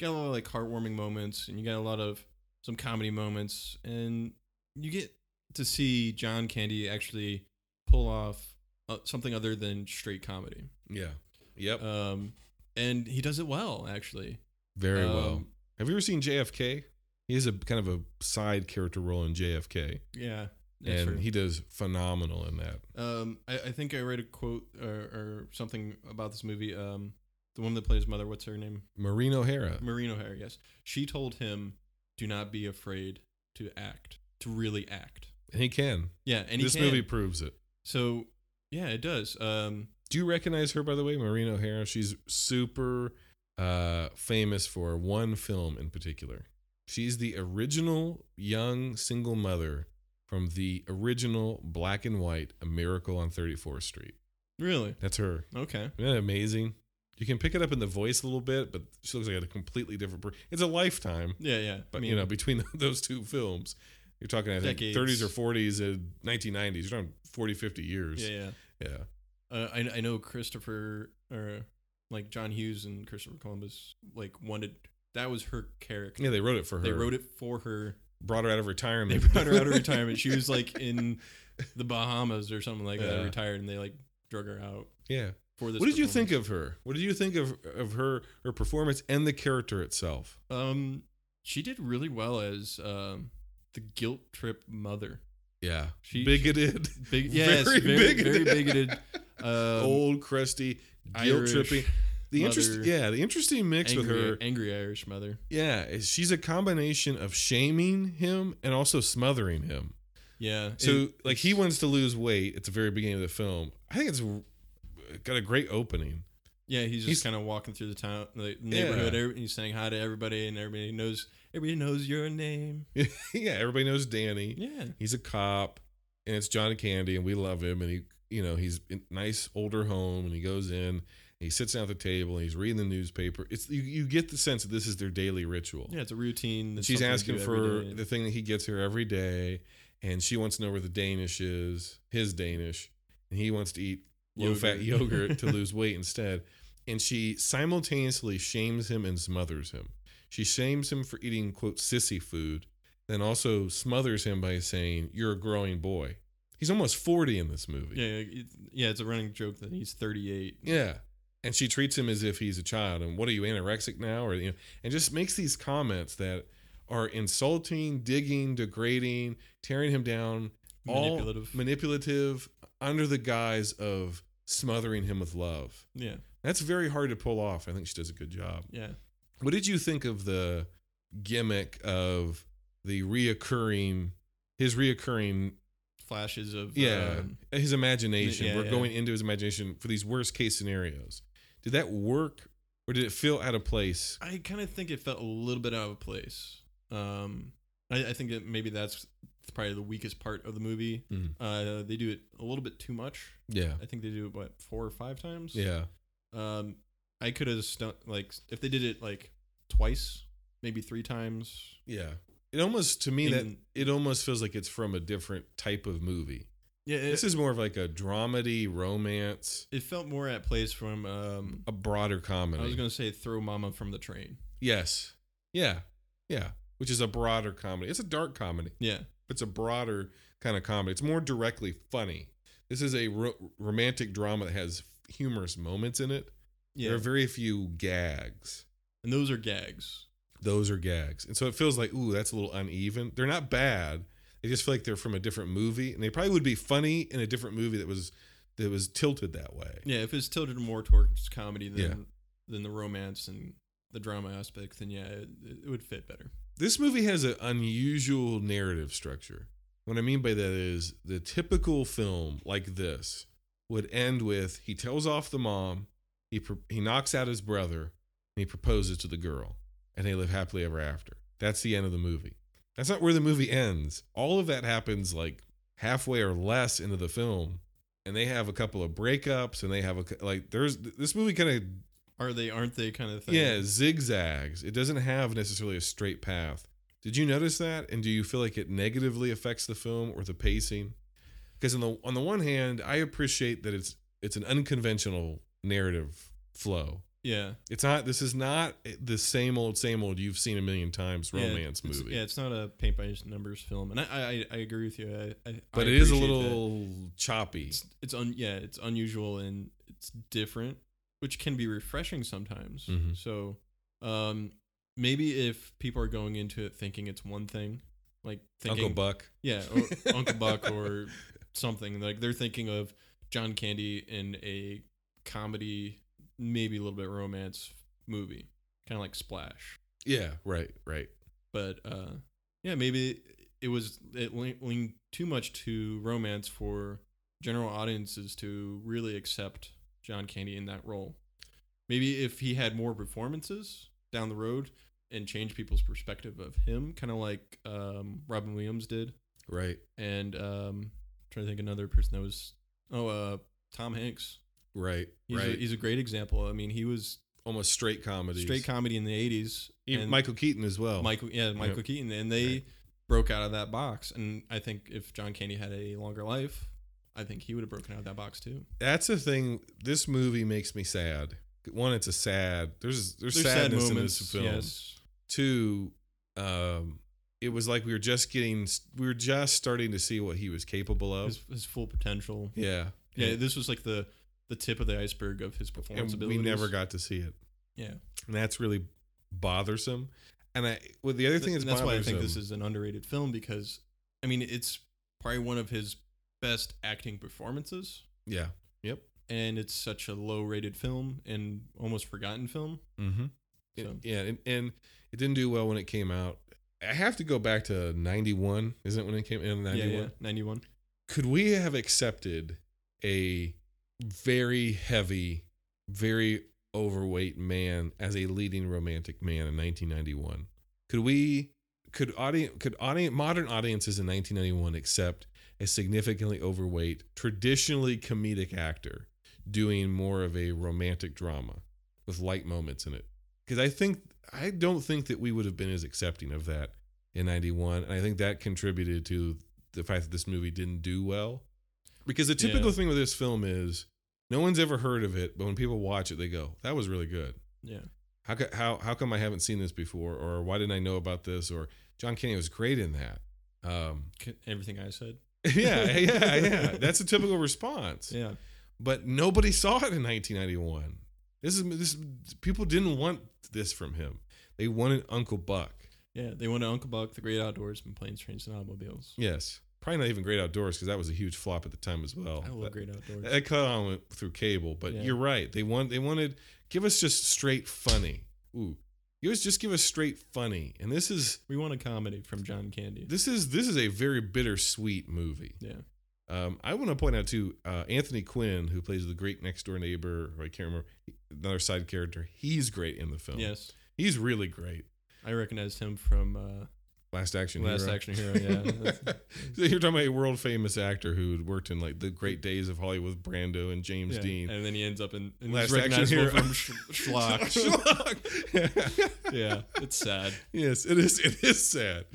[SPEAKER 2] got a lot of like heartwarming moments, and you got a lot of some comedy moments, and you get to see John Candy actually pull off uh, something other than straight comedy.
[SPEAKER 3] Yeah. Yep.
[SPEAKER 2] Um, and he does it well, actually.
[SPEAKER 3] Very well.
[SPEAKER 2] um,
[SPEAKER 3] Have you ever seen JFK? He has a kind of a side character role in JFK,
[SPEAKER 2] Yeah. that's
[SPEAKER 3] and
[SPEAKER 2] true.
[SPEAKER 3] he does phenomenal in that.
[SPEAKER 2] Um, I, I think I read a quote or, or something about this movie. Um, the woman that plays mother, what's her name?
[SPEAKER 3] Maureen O'Hara.
[SPEAKER 2] Maureen O'Hara. Yes, she told him, "Do not be afraid to act, to really act."
[SPEAKER 3] And he can.
[SPEAKER 2] Yeah, and he
[SPEAKER 3] this
[SPEAKER 2] can.
[SPEAKER 3] movie proves it.
[SPEAKER 2] So, yeah, it does. Um,
[SPEAKER 3] Do you recognize her, by the way, Maureen O'Hara? She's super uh, famous for one film in particular. She's the original young single mother from the original black and white A Miracle on 34th Street.
[SPEAKER 2] really?
[SPEAKER 3] That's her.
[SPEAKER 2] Okay.
[SPEAKER 3] Isn't that amazing? You can pick it up in the voice a little bit, but she looks like a completely different person. It's a lifetime,
[SPEAKER 2] Yeah, yeah.
[SPEAKER 3] but you know, between those two films, you're talking, I think,
[SPEAKER 2] Decades.
[SPEAKER 3] 30s or 40s and 1990s. You're talking 40, 50 years.
[SPEAKER 2] yeah, yeah.
[SPEAKER 3] yeah.
[SPEAKER 2] Uh, I I know Christopher or like John Hughes and Christopher Columbus like wanted that was her character.
[SPEAKER 3] Yeah, they wrote it for her.
[SPEAKER 2] They wrote it for her.
[SPEAKER 3] brought her out of
[SPEAKER 2] They
[SPEAKER 3] retirement.
[SPEAKER 2] brought her out of retirement. She was like in the Bahamas or something like that,
[SPEAKER 3] Yeah.
[SPEAKER 2] retired, and they like drug her out
[SPEAKER 3] yeah.
[SPEAKER 2] for this.
[SPEAKER 3] What did you think of her? What did you think of of her her performance and the character itself?
[SPEAKER 2] Um, she did really well as um the guilt trip mother.
[SPEAKER 3] Yeah,
[SPEAKER 2] She-
[SPEAKER 3] bigoted,
[SPEAKER 2] Big, yes, very, very bigoted. Very bigoted um,
[SPEAKER 3] old, crusty, guilt
[SPEAKER 2] Irish
[SPEAKER 3] tripping. The interest,
[SPEAKER 2] mother.
[SPEAKER 3] yeah, the interesting mix
[SPEAKER 2] angry,
[SPEAKER 3] with her,
[SPEAKER 2] angry Irish mother.
[SPEAKER 3] yeah, is she's a combination of shaming him and also smothering him.
[SPEAKER 2] Yeah.
[SPEAKER 3] So
[SPEAKER 2] it-
[SPEAKER 3] like he wants to lose weight at the very beginning of the film. I think it's got a great opening.
[SPEAKER 2] yeah, he's
[SPEAKER 3] he's-
[SPEAKER 2] just kind of walking through the town, the neighborhood.
[SPEAKER 3] Yeah.
[SPEAKER 2] every- He's saying hi to everybody, and everybody knows. Everybody knows your name.
[SPEAKER 3] yeah, everybody knows Danny.
[SPEAKER 2] Yeah.
[SPEAKER 3] he's a cop and it's Johnny Candy and we love him and he you know he's in a nice older home and he goes in and he sits down at the table and he's reading the newspaper it's you, you get the sense that this is their daily ritual
[SPEAKER 2] Yeah, it's a routine.
[SPEAKER 3] and
[SPEAKER 2] that's
[SPEAKER 3] she's
[SPEAKER 2] something
[SPEAKER 3] asking
[SPEAKER 2] they do every
[SPEAKER 3] for
[SPEAKER 2] day.
[SPEAKER 3] the thing that he gets her every day and she wants to know where the Danish is his Danish and he wants to eat low fat
[SPEAKER 2] Yogurt.
[SPEAKER 3] yogurt to lose weight instead and she simultaneously shames him and smothers him she shames him for eating quote sissy food then also smothers him by saying you're a growing boy he's almost 40 in this movie
[SPEAKER 2] Yeah, it, yeah, it's a running joke that he's 38.
[SPEAKER 3] Yeah. And she treats him as if he's a child. And what are you anorexic now? Or you know, and just makes these comments that are insulting, digging, degrading, tearing him down, all
[SPEAKER 2] Manipulative.
[SPEAKER 3] manipulative, under the guise of smothering him with love.
[SPEAKER 2] Yeah,
[SPEAKER 3] That's very hard to pull off. I think she does a good job.
[SPEAKER 2] yeah.
[SPEAKER 3] What did you think of the gimmick of the reoccurring, his reoccurring
[SPEAKER 2] Flashes of
[SPEAKER 3] yeah
[SPEAKER 2] um,
[SPEAKER 3] his imagination
[SPEAKER 2] yeah,
[SPEAKER 3] we're
[SPEAKER 2] yeah.
[SPEAKER 3] going into his imagination for these worst case scenarios did that work or did it feel out of place
[SPEAKER 2] I kind of think it felt a little bit out of place. Um, I, I think that maybe that's probably the weakest part of the movie.
[SPEAKER 3] Mhm.
[SPEAKER 2] Uh, they do it a little bit too much.
[SPEAKER 3] yeah
[SPEAKER 2] I think they do it what four or five times.
[SPEAKER 3] yeah
[SPEAKER 2] Um, I could have stu- like if they did it like twice, maybe three times.
[SPEAKER 3] yeah it almost to me that
[SPEAKER 2] Even-
[SPEAKER 3] it almost feels like it's from a different type of movie
[SPEAKER 2] Yeah, it,
[SPEAKER 3] this is more of like a dramedy romance
[SPEAKER 2] it felt more at place from. Um,
[SPEAKER 3] a broader
[SPEAKER 2] I
[SPEAKER 3] comedy
[SPEAKER 2] was gonna say throw mama from the train.
[SPEAKER 3] yes yeah yeah which is a broader comedy it's a dark comedy
[SPEAKER 2] Yeah,
[SPEAKER 3] it's a broader kind of comedy. It's more directly funny. This is a ro- romantic drama that has humorous moments in it.
[SPEAKER 2] yeah.
[SPEAKER 3] There are very few gags.
[SPEAKER 2] and those are gags.
[SPEAKER 3] Those are gags, and so it feels like ooh, that's a little uneven. They're not bad. They just feel like they're from a different movie, and they probably would be funny in a different movie that was that was tilted that way.
[SPEAKER 2] Yeah, if it's tilted more towards comedy than
[SPEAKER 3] Yeah.
[SPEAKER 2] than the romance and the drama aspect, then yeah, it, it would fit better.
[SPEAKER 3] This movie has an unusual narrative structure. What I mean by that is the typical film like this would end with he tells off the mom, he pro- he knocks out his brother, and he proposes to the girl, and they live happily ever after. That's the end of the movie. That's not where the movie ends. All of that happens like halfway or less into the film, and they have a couple of breakups, and they have a c- like there's this movie kind of
[SPEAKER 2] Are they? Aren't they? Kind of thing.
[SPEAKER 3] yeah, zigzags. It doesn't have necessarily a straight path. Did you notice that? And do you feel like it negatively affects the film or the pacing? Because on the on the one hand, I appreciate that it's it's an unconventional narrative flow.
[SPEAKER 2] yeah,
[SPEAKER 3] It's not. This is not the same old, same old you've seen a million times
[SPEAKER 2] Yeah,
[SPEAKER 3] romance
[SPEAKER 2] it's-
[SPEAKER 3] movie.
[SPEAKER 2] Yeah, it's not a paint by numbers film, and I I, I agree with you. I, I,
[SPEAKER 3] but
[SPEAKER 2] I
[SPEAKER 3] it is a
[SPEAKER 2] appreciate that.
[SPEAKER 3] little choppy.
[SPEAKER 2] It's it's un yeah it's unusual and it's different, which can be refreshing sometimes.
[SPEAKER 3] Mhm.
[SPEAKER 2] So, um, maybe if people are going into it thinking it's one thing, like thinking
[SPEAKER 3] Uncle Buck.
[SPEAKER 2] yeah, or Uncle Buck or something. Like they're thinking of John Candy in a comedy, maybe a little bit romance movie, kind of like Splash.
[SPEAKER 3] Yeah. Right. Right.
[SPEAKER 2] But uh, yeah, maybe it was it lean- leaned too much to romance for general audiences to really accept John Candy in that role. Maybe if he had more performances down the road and change people's perspective of him, kind of like um, Robin Williams did
[SPEAKER 3] Right.
[SPEAKER 2] and um trying to think another person that was oh uh Tom Hanks.
[SPEAKER 3] Right.
[SPEAKER 2] He's,
[SPEAKER 3] right.
[SPEAKER 2] a, he's a great example. I mean, he was
[SPEAKER 3] Almost straight comedy.
[SPEAKER 2] straight comedy in the 80s.
[SPEAKER 3] Even
[SPEAKER 2] and
[SPEAKER 3] Michael Keaton as well.
[SPEAKER 2] Michael yeah, Michael
[SPEAKER 3] Yep.
[SPEAKER 2] Keaton and they
[SPEAKER 3] Right.
[SPEAKER 2] broke out of that box and I think if John Candy had a longer life, I think he would have broken out of that box too.
[SPEAKER 3] That's the thing. This movie makes me sad. One, it's a sad. There's there's,
[SPEAKER 2] There's sad
[SPEAKER 3] sadness
[SPEAKER 2] moments.
[SPEAKER 3] in this film.
[SPEAKER 2] Yes.
[SPEAKER 3] Two, um, it was like we were just getting. We were just starting to see what he was capable of.
[SPEAKER 2] His, his full potential.
[SPEAKER 3] yeah.
[SPEAKER 2] Yeah, this was like the the tip of the iceberg of his performance
[SPEAKER 3] and we
[SPEAKER 2] abilities.
[SPEAKER 3] never got to see it.
[SPEAKER 2] Yeah.
[SPEAKER 3] and that's really bothersome. And I, well, the other thing that's,
[SPEAKER 2] that's why I think
[SPEAKER 3] bothersome-
[SPEAKER 2] this is an underrated film because, I mean, it's probably one of his best acting performances,
[SPEAKER 3] yeah, yep,
[SPEAKER 2] and it's such a low-rated film and almost forgotten film.
[SPEAKER 3] mm-hmm,
[SPEAKER 2] So-
[SPEAKER 3] yeah, and, and it didn't do well when it came out. I have to go back to '91, isn't it when it came in '91?
[SPEAKER 2] Yeah, yeah, ninety-one.
[SPEAKER 3] Could we have accepted a very heavy, very overweight man as a leading romantic man in 1991? Could we? Could audience? Could audience? Modern audiences in 1991 accept a significantly overweight, traditionally comedic actor doing more of a romantic drama with light moments in it? Because I think I don't think that we would have been as accepting of that in 91 and i think that contributed to the fact that this movie didn't do well because the typical
[SPEAKER 2] Yeah.
[SPEAKER 3] thing with this film is no one's ever heard of it but when people watch it they go that was really good
[SPEAKER 2] Yeah,
[SPEAKER 3] how co- how how come i haven't seen this before or why didn't i know about this or john kenny was great in that um
[SPEAKER 2] C- everything I said.
[SPEAKER 3] yeah yeah yeah that's a typical response
[SPEAKER 2] Yeah,
[SPEAKER 3] but nobody saw it in 1991 this is this people didn't want this from him they wanted uncle buck
[SPEAKER 2] yeah. They went to Uncle Buck, The Great Outdoors, and Planes, Trains, and Automobiles.
[SPEAKER 3] Yes. Probably not even Great Outdoors because that was a huge flop at the time as well.
[SPEAKER 2] I love
[SPEAKER 3] that,
[SPEAKER 2] Great Outdoors.
[SPEAKER 3] That cut on went through cable, but
[SPEAKER 2] Yeah.
[SPEAKER 3] you're right. They want they wanted give us just straight funny. Ooh, give us just give us straight funny. And this is
[SPEAKER 2] we want a comedy from John Candy.
[SPEAKER 3] this is this is a very bittersweet movie.
[SPEAKER 2] yeah,
[SPEAKER 3] Um, I want to point out too uh, Anthony Quinn, who plays the great next door neighbor. Or I can't remember another side character. He's great in the film.
[SPEAKER 2] yes.
[SPEAKER 3] he's really great.
[SPEAKER 2] I recognized him from uh,
[SPEAKER 3] Last action.
[SPEAKER 2] Last
[SPEAKER 3] hero.
[SPEAKER 2] Action Hero. Yeah, That's-
[SPEAKER 3] so you're talking about a world famous actor who had worked in like the great days of Hollywood, Brando and James
[SPEAKER 2] yeah.
[SPEAKER 3] Dean.
[SPEAKER 2] and then he ends up in and
[SPEAKER 3] Last
[SPEAKER 2] he's
[SPEAKER 3] Action
[SPEAKER 2] recognizable
[SPEAKER 3] Hero.
[SPEAKER 2] from Sh- Schlock.
[SPEAKER 3] Schlock.
[SPEAKER 2] yeah, it's sad.
[SPEAKER 3] yes, it is. It is sad.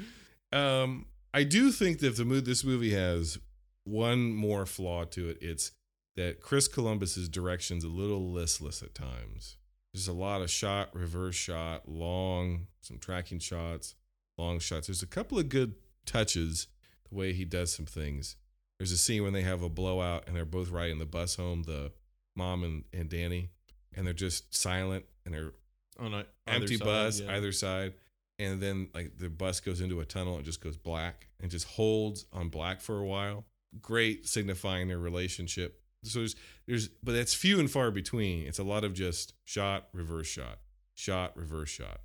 [SPEAKER 3] Um, I do think that the mood this movie has one more flaw to it. It's that Chris Columbus's direction's a little listless at times. There's a lot of shot, reverse shot, long, some tracking shots, long shots. There's a couple of good touches the way he does some things. There's a scene when they have a blowout and they're both riding the bus home, the mom and, and Danny, and they're just silent and they're
[SPEAKER 2] on a
[SPEAKER 3] empty
[SPEAKER 2] side,
[SPEAKER 3] bus
[SPEAKER 2] yeah.
[SPEAKER 3] either side and then like the bus goes into a tunnel and just goes black and just holds on black for a while great signifying their relationship so there's there's but that's few and far between it's a lot of just shot reverse shot shot reverse shot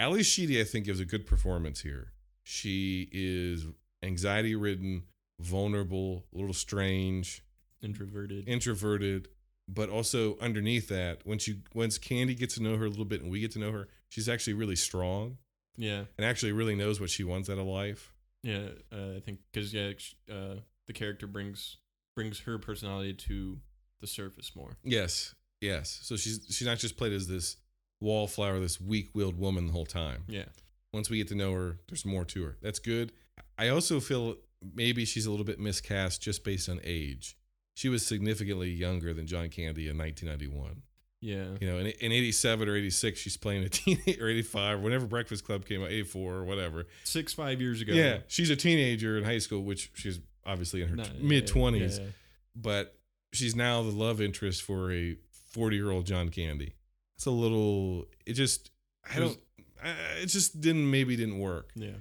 [SPEAKER 3] ali sheedy i think gives a good performance here she is anxiety ridden vulnerable a little strange
[SPEAKER 2] introverted.
[SPEAKER 3] introverted, but also underneath that, once you once Candy gets to know her a little bit and we get to know her, she's actually really strong
[SPEAKER 2] yeah,
[SPEAKER 3] and actually really knows what she wants out of life.
[SPEAKER 2] yeah. Uh, I think because yeah, sh- uh, the character brings brings her personality to the surface more.
[SPEAKER 3] Yes, yes. So she's she's not just played as this wallflower, this weak-willed woman the whole time.
[SPEAKER 2] Yeah,
[SPEAKER 3] Once we get to know her, there's more to her. That's good. I also feel maybe she's a little bit miscast just based on age. She was significantly younger than John Candy in 1991.
[SPEAKER 2] Yeah.
[SPEAKER 3] You know, in, in 87 or 86, she's playing a teenager, or 85, whenever Breakfast Club came out, 84 or whatever.
[SPEAKER 2] Six, five years ago.
[SPEAKER 3] Yeah, she's a teenager in high school, which she's obviously in her
[SPEAKER 2] Not- yeah,
[SPEAKER 3] mid 20s,
[SPEAKER 2] yeah, yeah.
[SPEAKER 3] but she's now the love interest for a 40 year old John Candy. It's a little, it just, I
[SPEAKER 2] It was-
[SPEAKER 3] don't, I- it just didn't, maybe didn't work
[SPEAKER 2] Yeah.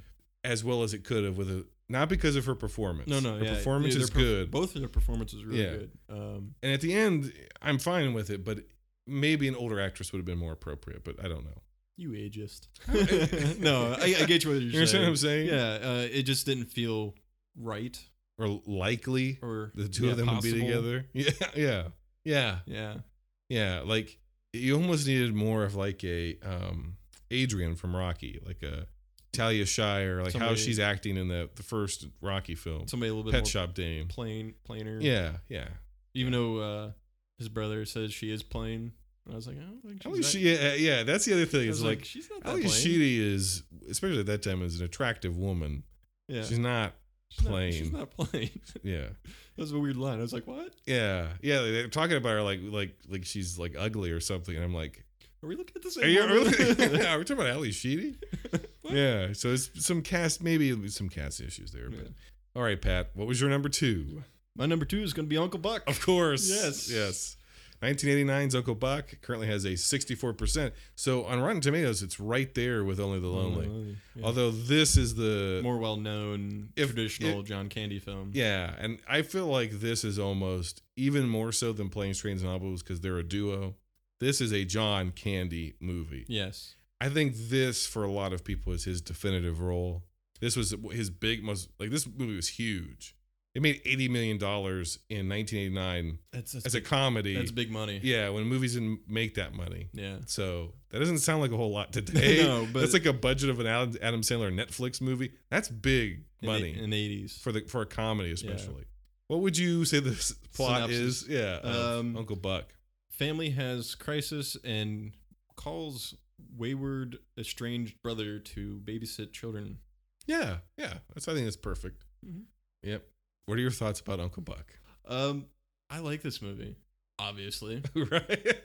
[SPEAKER 3] as well as it could have with a, not because of her performance.
[SPEAKER 2] No, no.
[SPEAKER 3] Her
[SPEAKER 2] yeah.
[SPEAKER 3] performance
[SPEAKER 2] Yeah, their
[SPEAKER 3] is
[SPEAKER 2] perf-
[SPEAKER 3] good.
[SPEAKER 2] Both of their performances are really
[SPEAKER 3] Yeah.
[SPEAKER 2] good. Um,
[SPEAKER 3] and at the end, I'm fine with it, but maybe an older actress would have been more appropriate, but I don't know.
[SPEAKER 2] you ageist. no, I, I get you what you're
[SPEAKER 3] You understand
[SPEAKER 2] saying.
[SPEAKER 3] what I'm saying?
[SPEAKER 2] Yeah. Uh, it just didn't feel right
[SPEAKER 3] Or likely
[SPEAKER 2] or
[SPEAKER 3] the two
[SPEAKER 2] yeah,
[SPEAKER 3] of them would be
[SPEAKER 2] possible.
[SPEAKER 3] together. Yeah, yeah, yeah,
[SPEAKER 2] Yeah.
[SPEAKER 3] yeah. Like you almost needed more of like a um Adrian from Rocky, like a Talia Shire, like how
[SPEAKER 2] Somebody-
[SPEAKER 3] she's acting in the the first Rocky film,
[SPEAKER 2] Somebody a little bit
[SPEAKER 3] Pet
[SPEAKER 2] more
[SPEAKER 3] Shop Dame.
[SPEAKER 2] plain, plainer.
[SPEAKER 3] Yeah, yeah.
[SPEAKER 2] Even though uh, his brother says she is plain, I was like, I don't think
[SPEAKER 3] I
[SPEAKER 2] she's
[SPEAKER 3] think
[SPEAKER 2] that-
[SPEAKER 3] she, yeah, yeah. That's the other thing.
[SPEAKER 2] I
[SPEAKER 3] Is
[SPEAKER 2] was
[SPEAKER 3] like,
[SPEAKER 2] she's not that
[SPEAKER 3] Ali
[SPEAKER 2] plain.
[SPEAKER 3] Sheedy is, especially at that time, is an attractive woman.
[SPEAKER 2] yeah.
[SPEAKER 3] She's not
[SPEAKER 2] She's not-
[SPEAKER 3] plain.
[SPEAKER 2] she's not plain.
[SPEAKER 3] Yeah,
[SPEAKER 2] that was a weird line. I was like, what?
[SPEAKER 3] yeah, yeah. They're talking about her like, like, like she's like ugly or something. And I'm like,
[SPEAKER 2] Are we looking at the same?
[SPEAKER 3] Are you, are we
[SPEAKER 2] woman?
[SPEAKER 3] looking- yeah, we're talking about Ali Sheedy. yeah, so it's some cast, maybe some cast issues there. But
[SPEAKER 2] Yeah.
[SPEAKER 3] all right, Pat, what was your number two?
[SPEAKER 2] My number two is going to be Uncle Buck.
[SPEAKER 3] Of course,
[SPEAKER 2] Yes.
[SPEAKER 3] yes. 1989's Uncle Buck currently has a 64%. So on Rotten Tomatoes, it's right there with Only the Lonely.
[SPEAKER 2] Uh, Yeah.
[SPEAKER 3] Although this is the
[SPEAKER 2] more well known
[SPEAKER 3] If-
[SPEAKER 2] traditional
[SPEAKER 3] if-
[SPEAKER 2] John Candy film.
[SPEAKER 3] yeah, and I feel like this is almost even more so than Planes, Trains, and Automobiles because they're a duo. This is a John Candy movie.
[SPEAKER 2] Yes.
[SPEAKER 3] I think this, for a lot of people, is his definitive role. This was his big most like this movie was huge. It made eighty million dollars in nineteen eighty nine
[SPEAKER 2] That's that's,
[SPEAKER 3] as a comedy.
[SPEAKER 2] that's big money.
[SPEAKER 3] Yeah, when movies didn't make that money,
[SPEAKER 2] Yeah.
[SPEAKER 3] so that doesn't sound like a whole lot today.
[SPEAKER 2] No, but-
[SPEAKER 3] that's like a budget of an Adam Adam Sandler Netflix movie. That's big money
[SPEAKER 2] in, the- in the eighties.
[SPEAKER 3] for the for a comedy, especially. What would you say the s- plot
[SPEAKER 2] Synopsis.
[SPEAKER 3] is? Yeah, of
[SPEAKER 2] Um,
[SPEAKER 3] Uncle Buck.
[SPEAKER 2] Family has crisis and calls wayward estranged brother to babysit children.
[SPEAKER 3] Yeah, yeah. That's I think that's perfect.
[SPEAKER 2] Mhm.
[SPEAKER 3] Yep. What are your thoughts about Uncle Buck?
[SPEAKER 2] Um, I like this movie. Obviously,
[SPEAKER 3] right.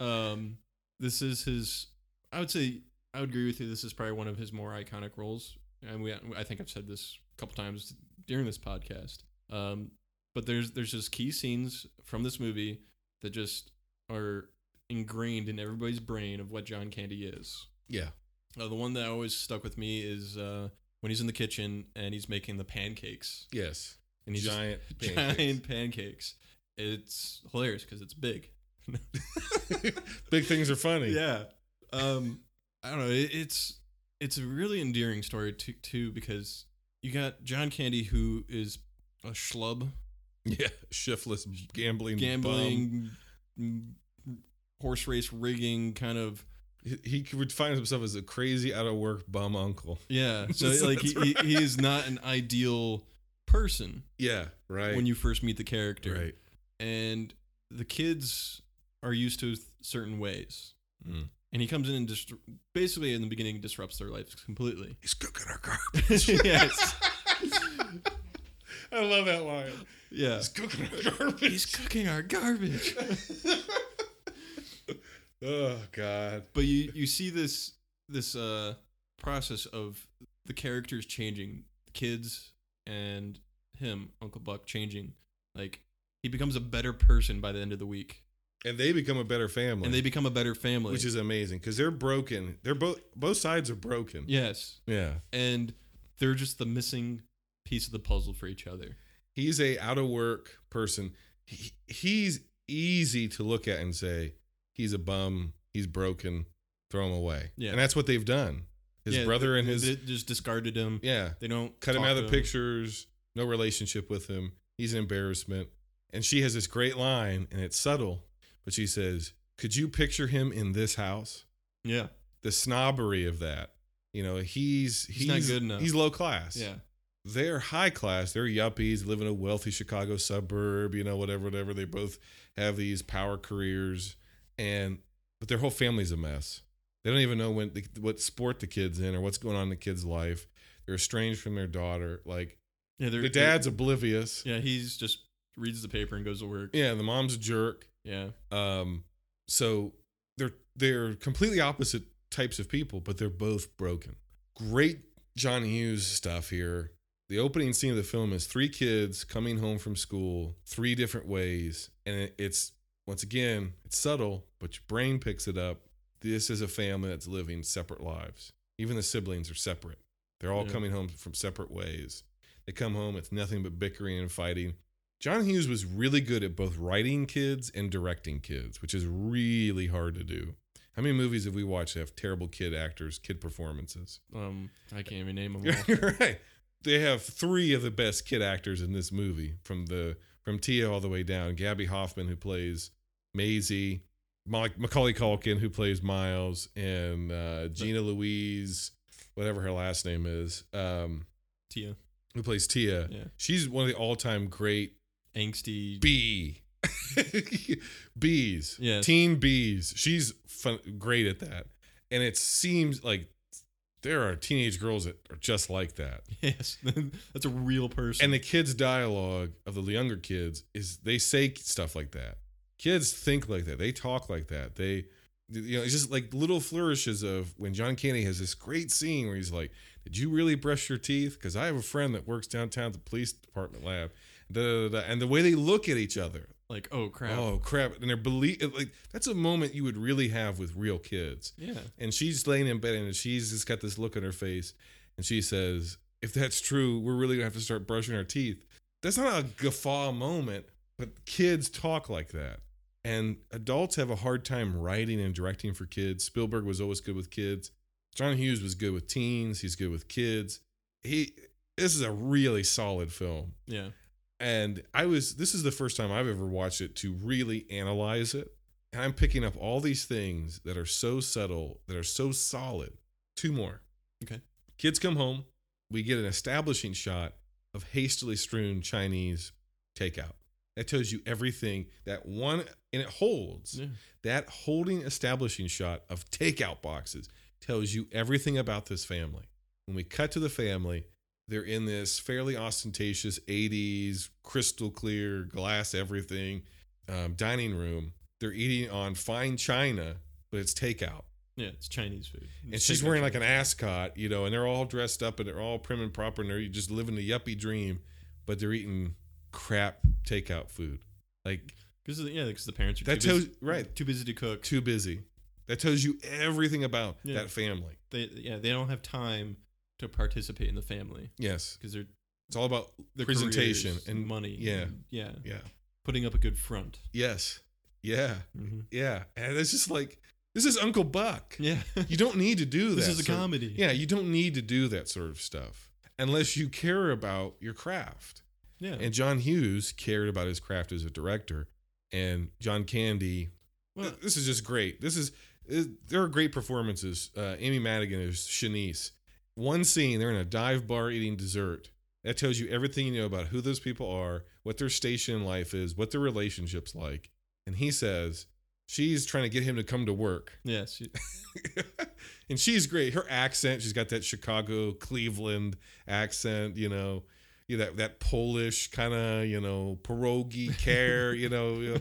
[SPEAKER 2] um, this is his. I would say I would agree with you. This is probably one of his more iconic roles, and we. I think I've said this a couple times during this podcast. Um, but there's there's just key scenes from this movie that just are ingrained in everybody's brain of what John Candy is.
[SPEAKER 3] yeah.
[SPEAKER 2] Uh, the one that always stuck with me is uh, when he's in the kitchen and he's making the pancakes
[SPEAKER 3] Yes.
[SPEAKER 2] and he's
[SPEAKER 3] giant.
[SPEAKER 2] giant pancakes. It's hilarious because it's big.
[SPEAKER 3] pancakes. Big things are funny.
[SPEAKER 2] Yeah. Um, I don't know. It, it's it's a really endearing story too, too because you got John Candy who is a schlub,
[SPEAKER 3] Yeah. Shiftless gambling. bum.
[SPEAKER 2] gambling, m- horse race rigging kind of.
[SPEAKER 3] He, he would find himself as a crazy out of work bum uncle.
[SPEAKER 2] Yeah. So like he, he he is not an ideal person
[SPEAKER 3] Yeah. Right.
[SPEAKER 2] when you first meet the character,
[SPEAKER 3] right.
[SPEAKER 2] and the kids are used to th- certain ways.
[SPEAKER 3] Mm.
[SPEAKER 2] And he comes in and just basically in the beginning disrupts their lives completely.
[SPEAKER 3] He's cooking our garbage.
[SPEAKER 2] yes.
[SPEAKER 3] I love that line.
[SPEAKER 2] Yeah.
[SPEAKER 3] He's cooking our garbage.
[SPEAKER 2] He's cooking our garbage.
[SPEAKER 3] oh God.
[SPEAKER 2] but you you see this this uh process of the characters changing, the kids and him, Uncle Buck changing. Like he becomes a better person by the end of the week,
[SPEAKER 3] And they become a better family.
[SPEAKER 2] and they become a better family.
[SPEAKER 3] which is amazing because they're broken. They're both both sides are broken.
[SPEAKER 2] yes,
[SPEAKER 3] Yeah.
[SPEAKER 2] and they're just the missing piece of the puzzle for each other.
[SPEAKER 3] He's a out of work person. He, he's easy to look at and say he's a bum. He's broken. Throw him away.
[SPEAKER 2] Yeah.
[SPEAKER 3] And that's what they've done. His
[SPEAKER 2] Yeah,
[SPEAKER 3] brother and
[SPEAKER 2] they-
[SPEAKER 3] his
[SPEAKER 2] they just discarded him.
[SPEAKER 3] yeah
[SPEAKER 2] They don't
[SPEAKER 3] cut him
[SPEAKER 2] talk
[SPEAKER 3] out of
[SPEAKER 2] to
[SPEAKER 3] the pictures. No relationship with him. He's an embarrassment. And she has this great line, and it's subtle, but she says, "Could you picture him in this house?"
[SPEAKER 2] Yeah,
[SPEAKER 3] The snobbery of that. You know, he's he's,
[SPEAKER 2] He's not good enough.
[SPEAKER 3] He's low class.
[SPEAKER 2] yeah,
[SPEAKER 3] they're high class. They're yuppies, live in a wealthy Chicago suburb, you know, whatever, whatever. They both have these power careers, and but their whole family's a mess. They don't even know when the, what sport the kids in or what's going on in the kid's life. They're estranged from their daughter. Like
[SPEAKER 2] yeah. They're,
[SPEAKER 3] the dad's oblivious.
[SPEAKER 2] yeah. He's just reads the paper and goes to work.
[SPEAKER 3] Yeah, the mom's a jerk.
[SPEAKER 2] yeah.
[SPEAKER 3] Um, so they're they're completely opposite types of people, but they're both broken. Great John Hughes stuff here. The opening scene of the film is three kids coming home from school three different ways, and it- it's once again it's subtle, but your brain picks it up. This is a family that's living separate lives. Even the siblings are separate. They're all
[SPEAKER 2] Yeah.
[SPEAKER 3] coming home from separate ways. They come home, it's nothing but bickering and fighting. John Hughes was really good at both writing kids and directing kids, which is really hard to do. How many movies have we watched that have terrible kid actors, kid performances?
[SPEAKER 2] Um, I can't even name them.
[SPEAKER 3] You're,
[SPEAKER 2] All.
[SPEAKER 3] you're right. They have three of the best kid actors in this movie, from the from Tia all the way down. Gabby Hoffman, who plays Maisie, Ma- Macaulay Culkin, who plays Miles, and uh, Gina Louise, whatever her last name is, um,
[SPEAKER 2] Tia,
[SPEAKER 3] who plays Tia.
[SPEAKER 2] Yeah.
[SPEAKER 3] She's one of the all time great
[SPEAKER 2] angsty.
[SPEAKER 3] bee bees
[SPEAKER 2] Yes.
[SPEAKER 3] teen bees she's fun, great at that and it seems like there are teenage girls that are just like that
[SPEAKER 2] yes, that's a real person.
[SPEAKER 3] and the kids dialogue of the younger kids is they say stuff like that kids think like that they talk like that they you know it's just like little flourishes of when john candy has this great scene where he's like did you really brush your teeth because i have a friend that works downtown at the police department lab da, da, da, da. and the way they look at each other
[SPEAKER 2] like, oh crap.
[SPEAKER 3] Oh crap! And they're believe like that's a moment you would really have with real kids.
[SPEAKER 2] Yeah.
[SPEAKER 3] And she's laying in bed and she's just got this look on her face, and she says, "If that's true, we're really gonna have to start brushing our teeth." That's not a guffaw moment, but kids talk like that, and adults have a hard time writing and directing for kids. Spielberg was always good with kids. John Hughes was good with teens. He's good with kids. He this is a really solid film
[SPEAKER 2] Yeah.
[SPEAKER 3] and I was this is the first time I've ever watched it to really analyze it. And I'm picking up all these things that are so subtle, that are so solid. Two more.
[SPEAKER 2] Okay.
[SPEAKER 3] Kids come home, we get an establishing shot of hastily strewn Chinese takeout. That tells you everything that one and it holds.
[SPEAKER 2] Yeah.
[SPEAKER 3] That holding establishing shot of takeout boxes tells you everything about this family. When we cut to the family, they're in this fairly ostentatious 80s, crystal clear, glass everything um, dining room. They're eating on fine china, but it's takeout.
[SPEAKER 2] Yeah. It's Chinese food.
[SPEAKER 3] And she's wearing like an ascot, you know, and they're all dressed up and they're all prim and proper and they're e-, just living the yuppie dream, but they're eating crap takeout food. Like,
[SPEAKER 2] because yeah, because the parents are
[SPEAKER 3] That
[SPEAKER 2] too busy,
[SPEAKER 3] tells- right.
[SPEAKER 2] too busy to cook.
[SPEAKER 3] too busy. That tells you everything about
[SPEAKER 2] Yeah.
[SPEAKER 3] that family.
[SPEAKER 2] they yeah they don't have time to participate in the family
[SPEAKER 3] Yes.
[SPEAKER 2] because they're
[SPEAKER 3] It's all about
[SPEAKER 2] their
[SPEAKER 3] presentation
[SPEAKER 2] careers
[SPEAKER 3] and
[SPEAKER 2] money.
[SPEAKER 3] Yeah.
[SPEAKER 2] and- yeah,
[SPEAKER 3] Yeah.
[SPEAKER 2] putting up a good front.
[SPEAKER 3] Yes. Yeah.
[SPEAKER 2] Mm-hmm.
[SPEAKER 3] Yeah. And it's just like, this is Uncle Buck.
[SPEAKER 2] Yeah.
[SPEAKER 3] You don't need to do that.
[SPEAKER 2] This is a
[SPEAKER 3] sort of-
[SPEAKER 2] comedy.
[SPEAKER 3] yeah. You don't need to do that sort of stuff unless you care about your craft.
[SPEAKER 2] yeah.
[SPEAKER 3] And John Hughes cared about his craft as a director. And John Candy,
[SPEAKER 2] well,
[SPEAKER 3] th- this is just great. This is, is there are great performances. Uh, Amy Madigan is Shanice. One scene, they're in a dive bar eating dessert. That tells you everything you know about who those people are, what their station in life is, what their relationships like. And he says she's trying to get him to come to work.
[SPEAKER 2] yes. you-
[SPEAKER 3] and she's great. Her accent, she's got that Chicago, Cleveland accent, you know, you know, that that Polish kind of, you know, pierogi care, you know, you know,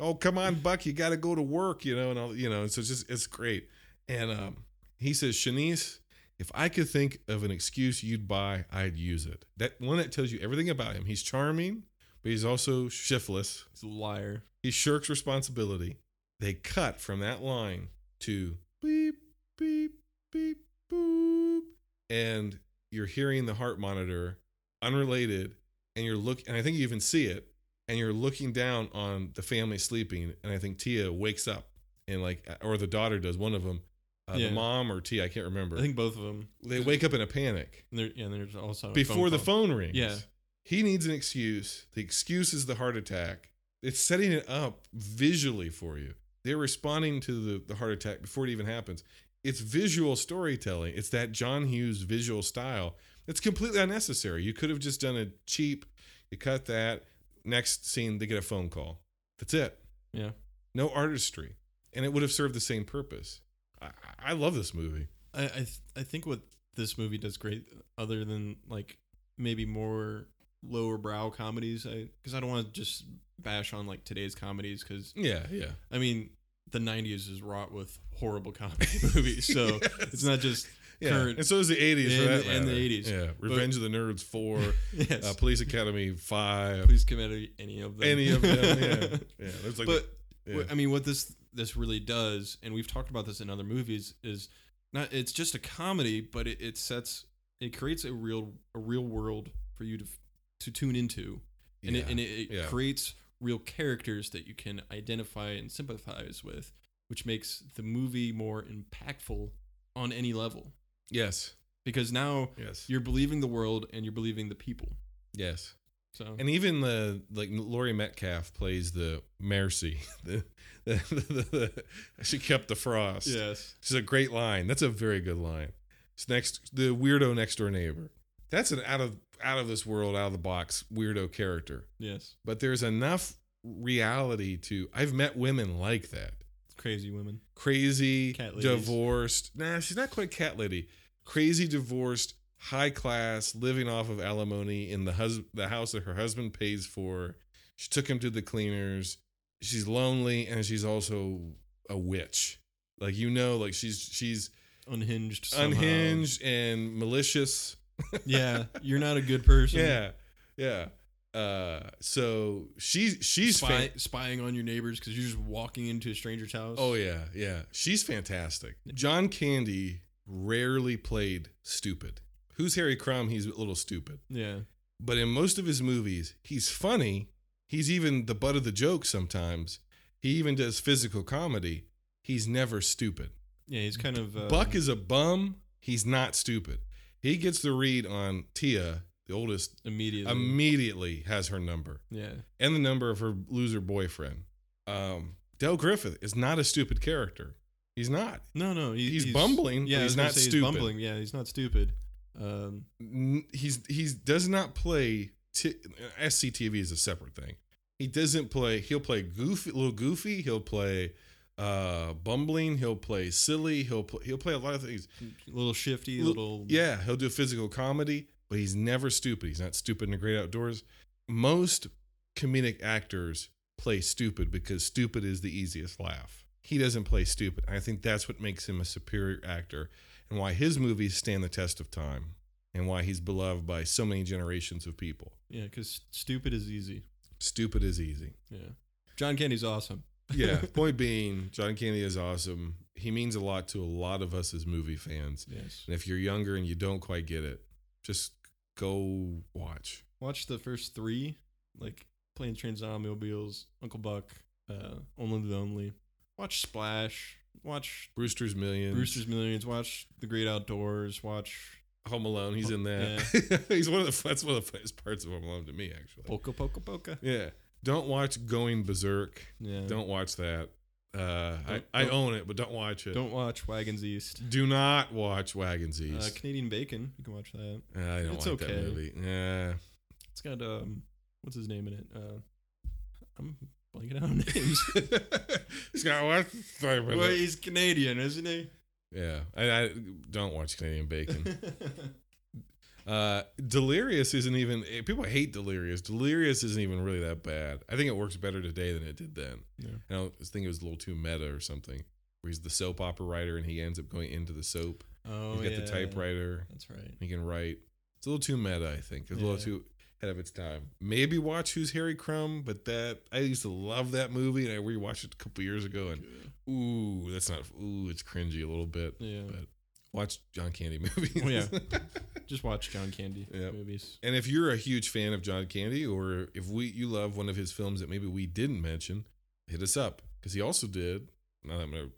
[SPEAKER 3] oh come on, Buck, you got to go to work, you know, and all, you know, so it's just it's great. And um, he says, Shanice, if I could think of an excuse you'd buy, I'd use it. That one that tells you everything about him. He's charming, but he's also shiftless.
[SPEAKER 2] He's a liar.
[SPEAKER 3] He shirks responsibility. They cut from that line to beep, beep, beep, boop. And you're hearing the heart monitor unrelated. And you're look, and I think you even see it. And you're looking down on the family sleeping. And I think Tia wakes up and like, or the daughter does, one of them, uh,
[SPEAKER 2] Yeah.
[SPEAKER 3] the mom or Tia, I can't remember.
[SPEAKER 2] I think both of them.
[SPEAKER 3] they wake up in a panic
[SPEAKER 2] And there, yeah, and there's also a
[SPEAKER 3] before the
[SPEAKER 2] call.
[SPEAKER 3] phone rings.
[SPEAKER 2] Yeah.
[SPEAKER 3] He needs an excuse. The excuse is the heart attack. It's setting it up visually for you. They're responding to the, the heart attack before it even happens. It's visual storytelling. It's that John Hughes visual style. It's completely unnecessary. You could have just done a cheap, you cut that. Next scene, they get a phone call. That's it.
[SPEAKER 2] Yeah.
[SPEAKER 3] No artistry. And it would have served the same purpose. I, I- I love this movie.
[SPEAKER 2] I I, th- I think what this movie does great, other than like maybe more lower brow comedies, I because I don't want to just bash on like today's comedies because
[SPEAKER 3] Yeah, yeah.
[SPEAKER 2] I mean the 90s is wrought with horrible comedy movies. So it's not just
[SPEAKER 3] Yeah.
[SPEAKER 2] current.
[SPEAKER 3] And so is the 80s
[SPEAKER 2] And-
[SPEAKER 3] for that
[SPEAKER 2] and the
[SPEAKER 3] matter.
[SPEAKER 2] 80s.
[SPEAKER 3] Yeah. Revenge of the Nerds 4,
[SPEAKER 2] yes.
[SPEAKER 3] uh, Police Academy 5,
[SPEAKER 2] please commit any of them.
[SPEAKER 3] any of them. Yeah. Yeah. There's like
[SPEAKER 2] but
[SPEAKER 3] yeah.
[SPEAKER 2] what- I mean, what this this really does, and we've talked about this in other movies, is not. It's just a comedy, but it, it sets it creates a real a real world for you to f- to tune into, and it,
[SPEAKER 3] Yeah.
[SPEAKER 2] and it, it
[SPEAKER 3] Yeah.
[SPEAKER 2] creates real characters that you can identify and sympathize with, which makes the movie more impactful on any level.
[SPEAKER 3] yes.
[SPEAKER 2] Because now
[SPEAKER 3] Yes.
[SPEAKER 2] you're believing the world and you're believing the people.
[SPEAKER 3] Yes.
[SPEAKER 2] So
[SPEAKER 3] And even the like Laurie Metcalf plays the Mercy. The, the, the, the- she kept the frost.
[SPEAKER 2] yes,
[SPEAKER 3] She's a great line. That's a very good line. It's next the weirdo next door neighbor. That's an out of out of this world, out of the box weirdo character.
[SPEAKER 2] yes,
[SPEAKER 3] But there's enough reality to I've met women like that.
[SPEAKER 2] crazy women.
[SPEAKER 3] Crazy,
[SPEAKER 2] Cat ladies.
[SPEAKER 3] divorced. Nah, she's not quite cat lady. Crazy, divorced, high class, living off of alimony in the hus- the house that her husband pays for. She took him to the cleaners. She's lonely and she's also a witch. Like you know, like she's she's
[SPEAKER 2] Unhinged, somehow.
[SPEAKER 3] unhinged and malicious.
[SPEAKER 2] yeah, you're not a good person.
[SPEAKER 3] Yeah, yeah. Uh, so she she's
[SPEAKER 2] Spy-
[SPEAKER 3] fan-
[SPEAKER 2] spying on your neighbors because you're just walking into a stranger's house.
[SPEAKER 3] oh yeah yeah she's fantastic. John Candy rarely played stupid. Who's Harry Crumb? He's a little stupid,
[SPEAKER 2] yeah,
[SPEAKER 3] but in most of his movies, he's funny. He's even the butt of the joke sometimes. He even does physical comedy. He's never stupid.
[SPEAKER 2] yeah. He's kind of uh,
[SPEAKER 3] Buck is a bum. He's not stupid. He gets the read on Tia, the oldest
[SPEAKER 2] immediately.
[SPEAKER 3] immediately has her number
[SPEAKER 2] yeah,
[SPEAKER 3] and the number of her loser boyfriend. Um, Del Griffith is not a stupid character. He's not.
[SPEAKER 2] no, no. he-
[SPEAKER 3] He's bumbling, but
[SPEAKER 2] I
[SPEAKER 3] he's
[SPEAKER 2] was gonna
[SPEAKER 3] not
[SPEAKER 2] say
[SPEAKER 3] stupid.
[SPEAKER 2] He's bumbling. Yeah, he's not stupid. Um,
[SPEAKER 3] N- He's he's does not play. T- SCTV is a separate thing. He doesn't play. He'll play goofy, little goofy. He'll play uh bumbling. He'll play silly. He'll play, he'll play a lot of things.
[SPEAKER 2] a little shifty,
[SPEAKER 3] L-
[SPEAKER 2] little
[SPEAKER 3] Yeah, he'll do physical comedy, but he's never stupid. He's not stupid in the great outdoors. Most comedic actors play stupid because stupid is the easiest laugh. He doesn't play stupid. I think that's what makes him a superior actor and why his movies stand the test of time and why he's beloved by so many generations of people.
[SPEAKER 2] yeah. Because stupid is easy.
[SPEAKER 3] Stupid is easy.
[SPEAKER 2] Yeah, John Candy's awesome.
[SPEAKER 3] Yeah. Point being, John Candy is awesome. He means a lot to a lot of us as movie fans.
[SPEAKER 2] Yes.
[SPEAKER 3] And if you're younger and you don't quite get it, just go watch.
[SPEAKER 2] Watch the first three, like Planes, Trains, and Automobiles, Uncle Buck, uh, Only the Lonely. Watch Splash. Watch
[SPEAKER 3] Brewster's Millions.
[SPEAKER 2] Brewster's Millions. Watch The Great Outdoors. Watch
[SPEAKER 3] Home Alone.
[SPEAKER 2] Oh,
[SPEAKER 3] He's in that. he's one of the that's one of the funniest parts of Home Alone to me actually.
[SPEAKER 2] Polka Polka Polka.
[SPEAKER 3] Yeah. Don't watch Going Berserk.
[SPEAKER 2] Yeah.
[SPEAKER 3] Don't watch that. Uh, I,
[SPEAKER 2] Don't-
[SPEAKER 3] I
[SPEAKER 2] don't-
[SPEAKER 3] own it, but don't watch it.
[SPEAKER 2] Don't watch Wagons East.
[SPEAKER 3] Do not watch Wagons
[SPEAKER 2] Uh,
[SPEAKER 3] East. Uh,
[SPEAKER 2] Canadian Bacon. You can watch that.
[SPEAKER 3] I don't
[SPEAKER 2] it's
[SPEAKER 3] like
[SPEAKER 2] okay.
[SPEAKER 3] that movie. Yeah.
[SPEAKER 2] It's got um, what's his name in it? Uh, I'm blanking out on names.
[SPEAKER 3] he's got what? Sorry about
[SPEAKER 2] well,
[SPEAKER 3] that.
[SPEAKER 2] he's Canadian, isn't he?
[SPEAKER 3] Yeah. I, I don't watch Canadian Bacon. Uh, Delirious isn't even. eh, People hate Delirious. Delirious isn't even really that bad. I think it works better today than it did then.
[SPEAKER 2] Yeah.
[SPEAKER 3] I don't I think it was a little too meta or something. Where he's the soap opera writer and he ends up going into the soap.
[SPEAKER 2] oh,
[SPEAKER 3] he's got
[SPEAKER 2] yeah.
[SPEAKER 3] the typewriter.
[SPEAKER 2] That's right.
[SPEAKER 3] He can write. It's a little too meta, I think. It's a little
[SPEAKER 2] Yeah.
[SPEAKER 3] too ahead of its time. Maybe watch Who's Harry Crumb, but that I used to love that movie and I rewatched it a couple years ago and ooh, that's not ooh, it's cringy a little bit.
[SPEAKER 2] Yeah.
[SPEAKER 3] But watch John Candy movies.
[SPEAKER 2] Oh, yeah. Just watch John Candy
[SPEAKER 3] Yep.
[SPEAKER 2] movies.
[SPEAKER 3] And if you're a huge fan of John Candy, or if we you love one of his films that maybe we didn't mention, hit us up because he also did. Not that I'm gonna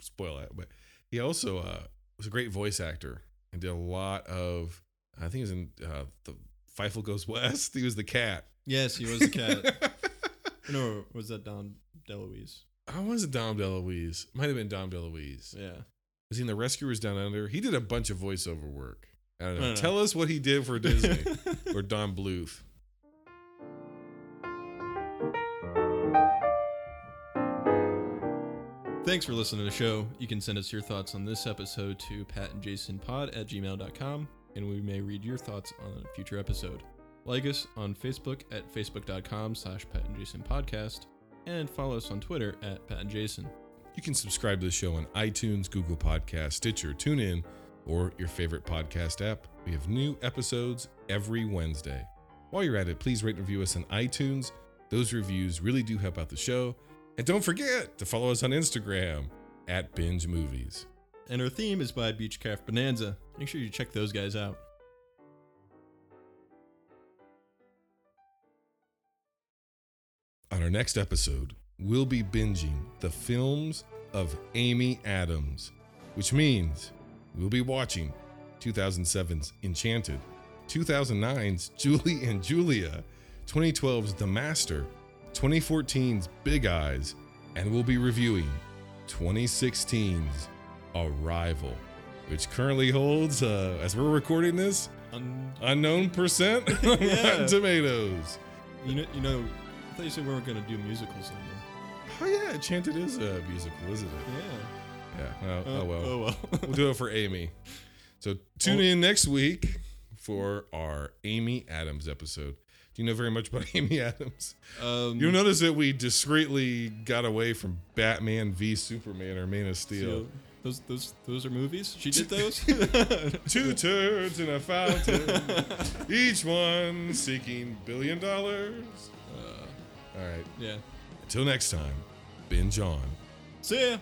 [SPEAKER 3] spoil that, but he also uh, was a great voice actor and did a lot of. I think he was in uh, the Feifel Goes West. He was the cat.
[SPEAKER 2] Yes, he was the cat. no, was that Don DeLuise?
[SPEAKER 3] I was it Dom DeLuise. Might have been Dom DeLuise.
[SPEAKER 2] Yeah.
[SPEAKER 3] Was he in The Rescuers Down Under? He did a bunch of voiceover work. I don't
[SPEAKER 2] I
[SPEAKER 3] know.
[SPEAKER 2] don't know.
[SPEAKER 3] Tell us what he did for Disney or Don Bluth.
[SPEAKER 2] Thanks for listening to the show. You can send us your thoughts on this episode to patandjasonpod at gmail.com, and we may read your thoughts on a future episode. Like us on Facebook at facebook.com slash patandjasonpodcast, and follow us on Twitter at patandjason.
[SPEAKER 3] You can subscribe to the show on iTunes, Google Podcasts, Stitcher, TuneIn, or your favorite podcast app. We have new episodes every Wednesday. While you're at it, please rate and review us on iTunes. Those reviews really do help out the show. And don't forget to follow us on Instagram at Binge Movies.
[SPEAKER 2] And our theme is by Beechcraft Bonanza. Make sure you check those guys out.
[SPEAKER 3] On our next episode, we'll be binging the films of Amy Adams, which means we'll be watching 2007's Enchanted, 2009's Julie and Julia, 2012's The Master, 2014's Big Eyes, and we'll be reviewing 2016's Arrival, which currently holds, uh, as we're recording this,
[SPEAKER 2] Um,
[SPEAKER 3] unknown percent on
[SPEAKER 2] Yeah.
[SPEAKER 3] Rotten Tomatoes.
[SPEAKER 2] you know, you know, I thought you said we weren't gonna do musicals anymore.
[SPEAKER 3] Oh yeah, Enchanted is a musical, isn't it?
[SPEAKER 2] Yeah.
[SPEAKER 3] Yeah. Oh,
[SPEAKER 2] Uh,
[SPEAKER 3] oh well.
[SPEAKER 2] Oh well.
[SPEAKER 3] we'll do it for Amy. So tune
[SPEAKER 2] Oh.
[SPEAKER 3] in next week for our Amy Adams episode. Do you know very much about Amy Adams?
[SPEAKER 2] um,
[SPEAKER 3] You'll notice that we discreetly got away from Batman v Superman or Man of Steel.
[SPEAKER 2] so those those those are movies. She did those.
[SPEAKER 3] Two turds in a fountain, each one seeking billion dollars.
[SPEAKER 2] Uh.
[SPEAKER 3] All right.
[SPEAKER 2] yeah.
[SPEAKER 3] Until next time, binge on.
[SPEAKER 2] See ya.